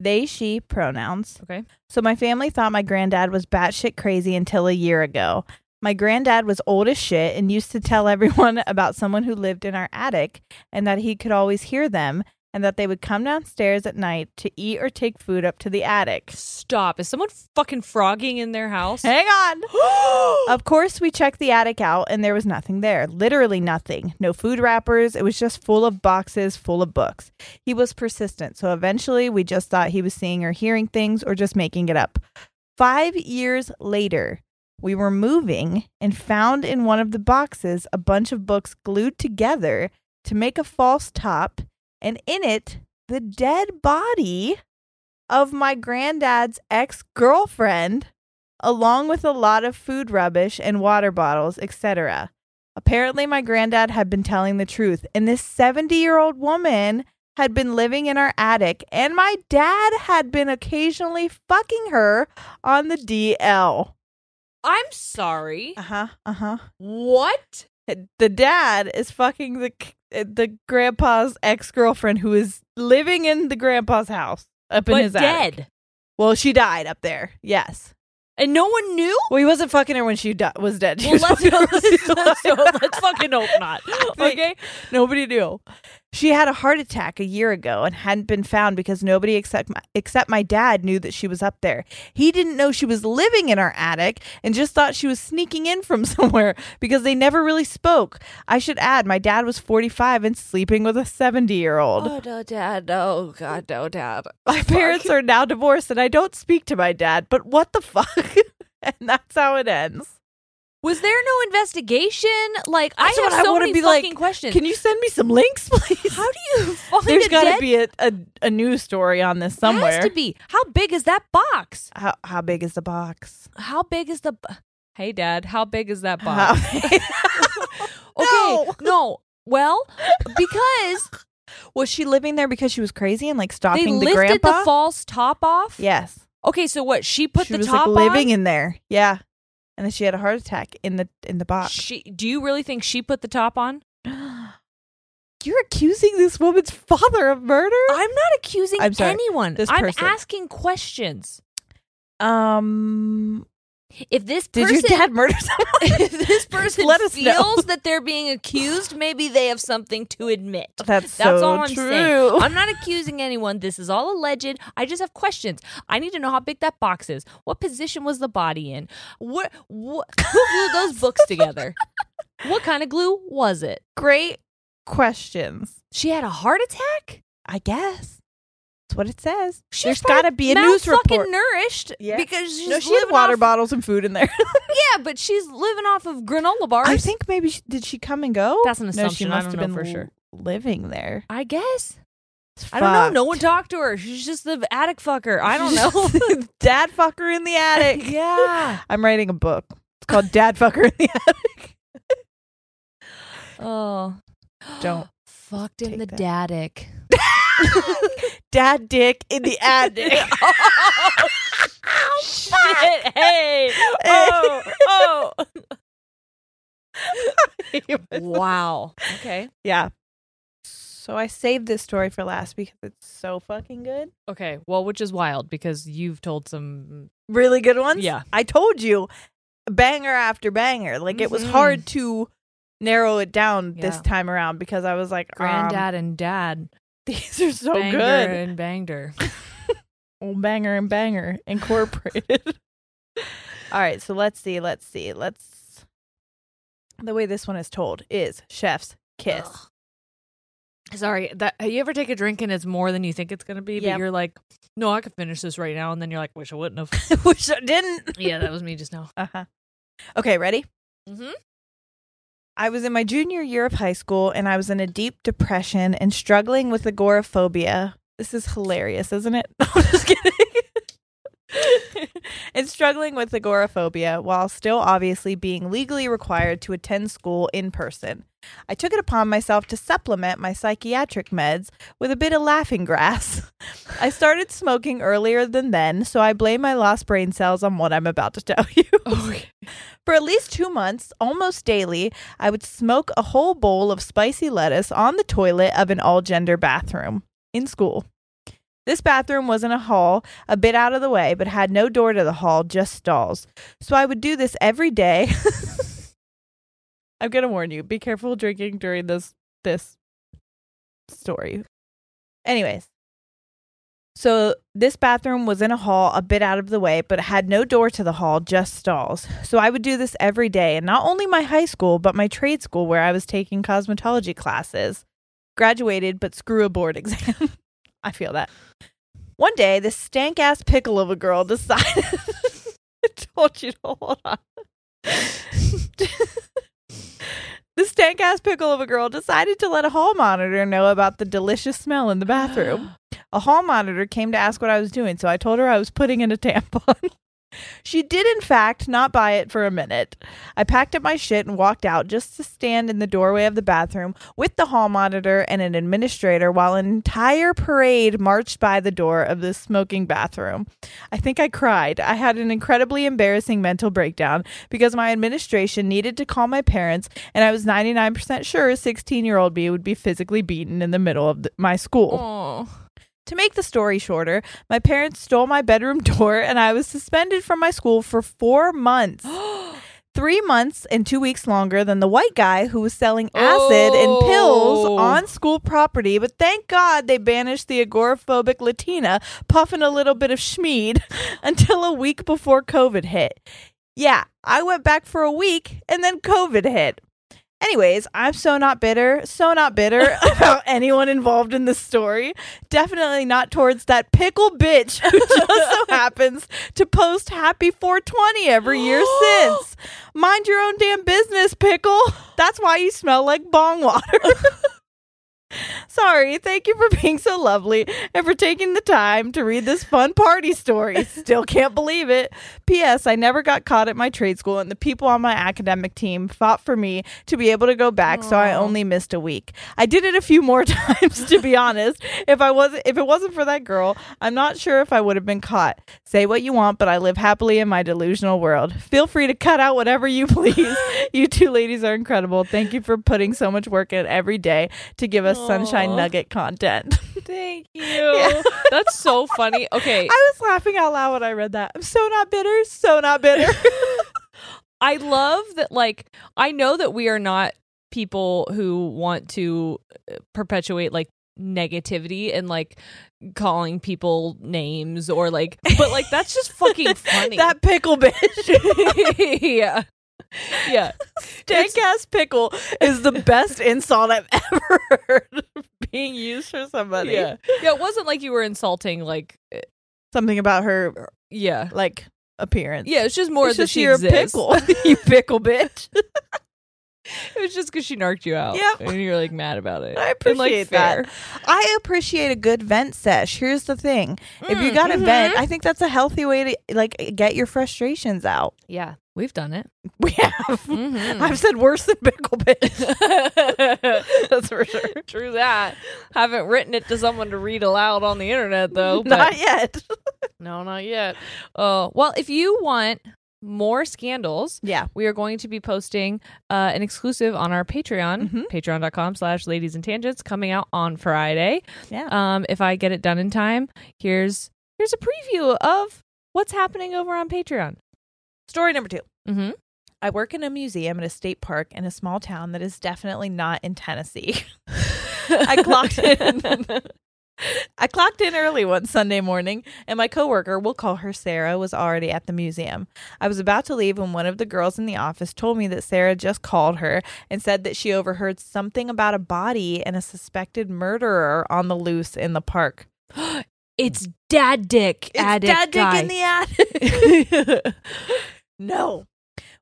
A: They, she pronouns.
C: Okay.
A: So my family thought my granddad was batshit crazy until a year ago. My granddad was old as shit and used to tell everyone about someone who lived in our attic and that he could always hear them and that they would come downstairs at night to eat or take food up to the attic.
C: Stop. Is someone fucking frogging in their house?
A: Hang on. of course, we checked the attic out and there was nothing there. Literally nothing. No food wrappers. It was just full of boxes, full of books. He was persistent. So eventually, we just thought he was seeing or hearing things or just making it up. Five years later, we were moving and found in one of the boxes a bunch of books glued together to make a false top, and in it, the dead body of my granddad's ex girlfriend, along with a lot of food rubbish and water bottles, etc. Apparently, my granddad had been telling the truth, and this 70 year old woman had been living in our attic, and my dad had been occasionally fucking her on the DL.
C: I'm sorry.
A: Uh huh. Uh huh.
C: uh-huh. What?
A: Eh, The dad is fucking the eh, the grandpa's ex girlfriend who is living in the grandpa's house up in
C: but
A: his attic.
C: dead.
A: Well, she died up there. Yes.
C: And no one knew?
A: Well, he wasn't fucking her when she di- was dead. She
C: Well,
A: was
C: let's,
A: fucking her
C: let's,
A: when she was
C: let's-
A: alive.
C: let's fucking hope not.
A: Like,
C: Okay.
A: Nobody knew. She had a heart attack a year ago and hadn't been found because nobody except my, except my dad knew that she was up there. He didn't know she was living in our attic and just thought she was sneaking in from somewhere because they never really spoke. I should add, my dad was 45 and sleeping with a 70 year old.
C: no, dad. No, God, no, dad.
A: My parents are now divorced and I don't speak to my dad, but what the fuck? and that's how it ends.
C: Was there no investigation? Like, I
A: That's
C: have
A: what
C: so
A: wanna
C: many
A: be like,
C: fucking questions.
A: Can you send me some links, please?
C: How do you find
A: There's
C: a
A: got to
C: Oh, dead-
A: be a, a, a news story on this somewhere.
C: Has to be. How big is that box?
A: How, how big is the box?
C: How big is the? b- Hey, Dad. How big is that
A: How
C: box?
A: big-
C: okay.
A: No.
C: Well, because
A: was she living there because she was crazy and like
C: they
A: stalking the
C: lifted
A: grandpa?
C: the false top off.
A: yes.
C: Okay. So what? She put
A: she
C: the
A: was
C: top
A: like living
C: on.
A: in there. Yeah. And then she had a heart attack in the in the box.
C: She, do you really think she put the top on?
A: You're accusing this woman's father of murder?
C: I'm not accusing
A: I'm sorry.
C: anyone.
A: This
C: I'm
A: person.
C: asking questions.
A: um
C: If this
A: did
C: person,
A: your dad murder someone?
C: if this person
A: Let us know.
C: feels that they're being accused, maybe they have something to admit.
A: That's
C: That's
A: so
C: all I'm saying.
A: true.
C: I'm not accusing anyone. This is all alleged. I just have questions. I need to know how big that box is. What position was the body in? What? what who glued those books together? What kind of glue was it?
A: Great questions.
C: She had a heart attack.
A: I guess. That's what it says.
C: She's
A: There's got to be a news report.
C: Fucking nourished because she's
A: no, she had
C: living
A: water
C: off-
A: bottles and food in there.
C: Yeah, but she's living off of granola bars.
A: I think maybe she, did she come and go?
C: That's an
A: No, she
C: assumption. I
A: must
C: don't
A: have
C: know
A: been
C: for
A: l-
C: sure.
A: living there.
C: I guess. I don't know. No one
A: Fucked.
C: talked to her. She's just the attic fucker. I don't know.
A: Dad fucker in the attic.
C: yeah.
A: I'm writing a book. It's called Dad fucker in the attic.
C: Oh.
A: Don't
C: Fucked in the
A: take
C: daddick.
A: Dad dick in the attic.
C: Oh. Shit. Hey. Oh. Oh. wow. Okay.
A: yeah. So I saved this story for last because it's so fucking good.
C: Okay. Well, which is wild because you've told some.
A: Really good ones.
C: Yeah.
A: I told you, banger after banger. Like it was
C: Mhm.
A: hard to narrow it down this
C: Yeah.
A: time around because I was like, um,
C: Granddad and dad
A: these are so
C: banged her
A: good.
C: and banged her.
A: Old Banger and Banger Incorporated. All right, so let's see, let's see, let's. The way this one is told is chef's kiss.
C: Sorry, that you ever take a drink and it's more than you think it's gonna be,
A: Yeah.
C: but you're like, no, I could finish this right now, and then you're like, wish I wouldn't have.
A: Wish I didn't.
C: yeah, that was me just now.
A: Uh huh. Okay, ready?
C: Mm-hmm.
A: I was in my junior year of high school and I was in a deep depression and struggling with agoraphobia. This is hilarious, isn't it? I'm just kidding. and struggling with agoraphobia while still obviously being legally required to attend school in person. I took it upon myself to supplement my psychiatric meds with a bit of laughing grass. I started smoking earlier than then, so I blame my lost brain cells on what I'm about to tell you. For at least two months, almost daily, I would smoke a whole bowl of spicy lettuce on the toilet of an all gender bathroom in school. This bathroom was in a hall, a bit out of the way, but had no door to the hall, just stalls. So I would do this every day. I'm going to warn you be careful drinking during this this story. Anyways, so this bathroom was in a hall a bit out of the way, but it had no door to the hall, just stalls. So I would do this every day, and not only my high school, but my trade school where I was taking cosmetology classes. Graduated, but screw a board exam. I feel that. One day, this stank ass pickle of a girl decided. I told you to hold on. this stank ass pickle of a girl decided to let a hall monitor know about the delicious smell in the bathroom a hall monitor came to ask what I was doing, so I told her I was putting in a tampon. She did, in fact, not buy it for a minute. I packed up my shit and walked out just to stand in the doorway of the bathroom with the hall monitor and an administrator while an entire parade marched by the door of the smoking bathroom. I think I cried. I had an incredibly embarrassing mental breakdown because my administration needed to call my parents, and I was 99% sure 16 year old me would be physically beaten in the middle of the, my school.
C: Oh.
A: To make the story shorter, my parents stole my bedroom door and I was suspended from my school for four months. Three months and two weeks longer than the white guy who was selling acid and
C: Oh.
A: pills on school property. But thank God they banished the agoraphobic Latina puffing a little bit of schmead until a week before COVID hit. Yeah, I went back for a week and then COVID hit. Anyways, I'm so not bitter, so not bitter about anyone involved in this story. Definitely not towards that pickle bitch who just so happens to post happy 420 every year since. Mind your own damn business, pickle. That's why you smell like bong water. Sorry, thank you for being so lovely and for taking the time to read this fun party story. Still can't believe it. P.S. I never got caught at my trade school, and the people on my academic team fought for me to be able to go back, so I only missed a week. I did it a few more times, to be honest. If I wasn't, if it wasn't for that girl, I'm not sure if I would have been caught. Say what you want, but I live happily in my delusional world. Feel free to cut out whatever you please. you two ladies are incredible. Thank you for putting so much work in every day to give us sunshine nugget content.
C: Thank you. That's so funny. Okay.
A: I was laughing out loud when I read that. I'm so not bitter, so not bitter.
C: I love that, like, I know that we are not people who want to uh, perpetuate, like, negativity and, like, calling people names or, like, but, like, that's just fucking funny.
A: that pickle bitch.
C: yeah. Yeah.
A: Dank ass pickle is the best insult I've ever heard being used for somebody.
C: Yeah. Yeah. It wasn't like you were insulting, like, uh,
A: Something about her
C: yeah.
A: like appearance.
C: Yeah. It's just more
A: it's
C: that
A: just
C: she
A: you're a
C: exists.
A: pickle. you pickle bitch.
C: It was just because she narked you out.
A: Yep.
C: And you're, like, mad about it.
A: I
C: And, like,
A: appreciate
C: fair.
A: that. I appreciate a good vent sesh. Here's the thing. if
C: Mm,
A: you
C: mm-hmm.
A: got a vent, I think that's a healthy way to like get your frustrations out.
C: Yeah. We've done it.
A: We have.
C: Mhm.
A: I've said worse than pickle bitch.
C: That's for sure. True that. Haven't written it to someone to read aloud on the internet though. But
A: Not yet.
C: No, not yet. Oh well, if you want more scandals,
A: Yeah.
C: we are going to be posting uh, an exclusive on our Patreon,
A: Mm-hmm.
C: patreon.com slash ladies and tangents, coming out on Friday.
A: Yeah.
C: Um, if I get it done in time, here's here's a preview of what's happening over on Patreon.
A: Story number two.
C: Mm-hmm.
A: I work in a museum at a state park in a small town that is definitely not in Tennessee. I clocked in. I clocked in early one Sunday morning, and my coworker, we'll call her Sarah, was already at the museum. I was about to leave when one of the girls in the office told me that Sarah just called her and said that she overheard something about a body and a suspected murderer on the loose in the park.
C: It's dad dick.
A: It's
C: addict
A: dad dick
C: guy.
A: in the attic. no.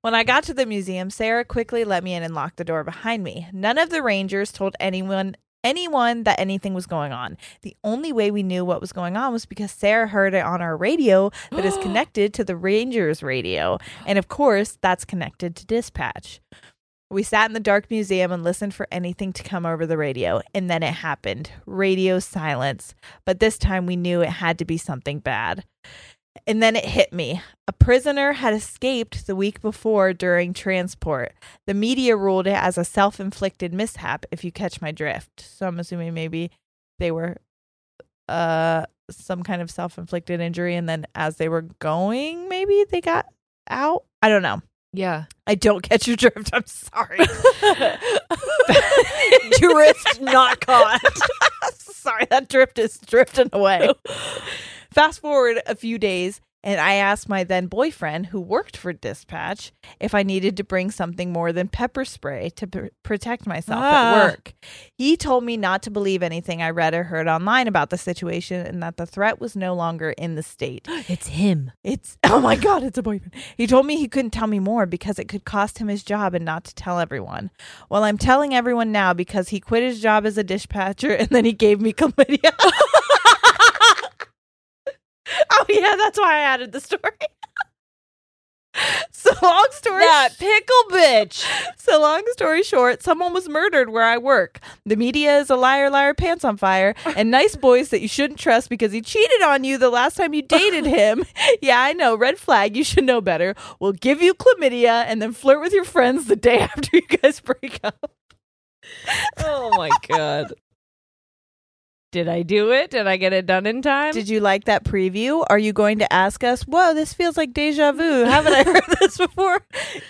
A: When I got to the museum, Sarah quickly let me in and locked the door behind me. None of the rangers told anyone anyone that anything was going on. The only way we knew what was going on was because Sarah heard it on our radio that is connected to the rangers radio, and of course, that's connected to dispatch. We sat in the dark museum and listened for anything to come over the radio, and then it happened. Radio silence. But this time we knew it had to be something bad. And then it hit me. A prisoner had escaped the week before during transport. The media ruled it as a self inflicted mishap, if you catch my drift. So I'm assuming maybe they were uh some kind of self inflicted injury and then as they were going, maybe they got out. I don't know.
C: Yeah.
A: I don't catch your drift. I'm sorry. drift not caught. sorry, that drift is drifting away. Fast forward a few days, and I asked my then boyfriend, who worked for dispatch, if I needed to bring something more than pepper spray to pr- protect myself
C: Ah.
A: at work. He told me not to believe anything I read or heard online about the situation and that the threat was no longer in the state.
C: It's him.
A: It's oh my god, it's a boyfriend. He told me he couldn't tell me more because it could cost him his job and not to tell everyone. Well, I'm telling everyone now because he quit his job as a dispatcher and then he gave me chlamydia. oh yeah, that's why I added the story. So long story
C: that pickle bitch.
A: so long story short, someone was murdered where I work. The media is a liar, liar, pants on fire, and nice boys that you shouldn't trust because he cheated on you the last time you dated him. yeah, I know, red flag. You should know better. Will give you chlamydia and then flirt with your friends the day after you guys break up.
C: Oh my god. Did I do it? Did I get it done in time?
A: Did you like that preview? Are you going to ask us, whoa, this feels like deja vu? Haven't I heard this before?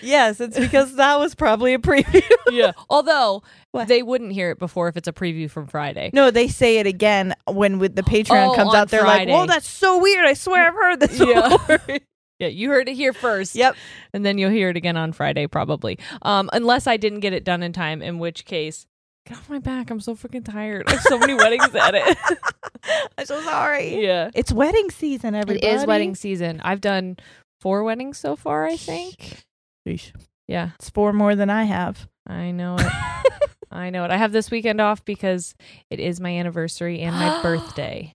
A: yes, it's because that was probably a preview.
C: yeah. Although
A: What?
C: they wouldn't hear it before if it's a preview from Friday.
A: No, they say it again when with the Patreon
C: Oh,
A: comes
C: on
A: out. They're
C: Friday.
A: like, "Whoa, that's so weird! I swear I've heard this."
C: Yeah.
A: before."
C: Yeah, you heard it here first.
A: Yep.
C: And then you'll hear it again on Friday, probably. Um, unless I didn't get it done in time, in which case, get off my back. I'm so freaking tired. I have so many weddings at it.
A: I'm so sorry.
C: yeah.
A: It's wedding season, everybody.
C: It is wedding season. I've done four weddings so far, I think.
A: Sheesh.
C: Yeah,
A: It's four more than I have.
C: I know it. I know it. I have this weekend off because it is my anniversary and my birthday.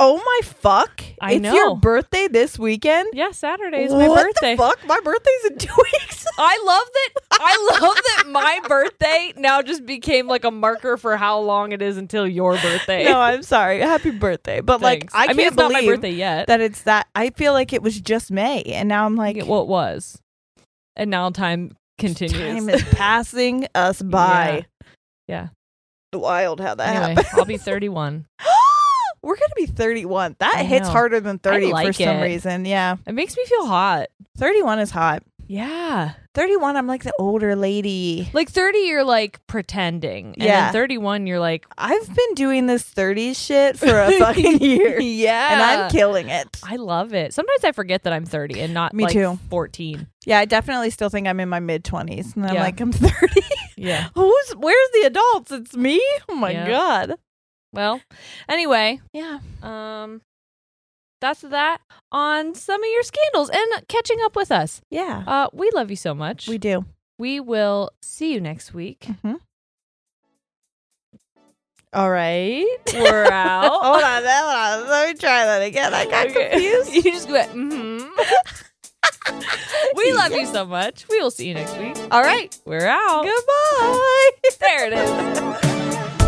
A: Oh my fuck!
C: I
A: it's
C: know.
A: your birthday this weekend.
C: Yeah, Saturday is my
A: what
C: birthday.
A: The fuck, my birthday's in two weeks.
C: I love that. I love that my birthday now just became like a marker for how long it is until your birthday.
A: no, I'm sorry. Happy birthday, but like
C: Thanks. mean,
A: I, can't
C: it's
A: believe
C: not my birthday yet.
A: that it's that. I feel like it was just May, and now I'm like,
C: it, well, it was, and now time continues.
A: time is passing us by.
C: Yeah.
A: Wild how that
C: anyway,
A: happens.
C: I'll be thirty-one.
A: We're gonna be 31. That
C: I
A: hits
C: know.
A: harder than 30 for
C: like
A: some
C: it.
A: reason. Yeah,
C: It makes me feel hot.
A: 31 is hot.
C: Yeah,
A: 31, I'm like the older lady.
C: like thirty, you're like pretending, and
A: Yeah.
C: then thirty-one, you're like,
A: I've been doing this 30s shit for a fucking year,
C: yeah,
A: and I'm killing it.
C: I love it. Sometimes I forget that I'm thirty and not
A: Me
C: like
A: too.
C: fourteen.
A: Yeah, I definitely still think I'm in my mid 20s, and I'm
C: Yeah.
A: like, I'm 30.
C: Yeah.
A: Who's where's the adults? It's me. Oh my
C: Yeah.
A: god.
C: Well, anyway,
A: Yeah.
C: um, that's that on some of your scandals and catching up with us.
A: Yeah.
C: Uh, we love you so much.
A: We do.
C: we will see you next week.
A: Mhm. All right.
C: We're out.
A: Hold on, hold on. Let me try that again. I got
C: Okay.
A: confused.
C: You just went, mm we love you so much. We will see you next week. All right. We're out.
A: Goodbye.
C: There it is.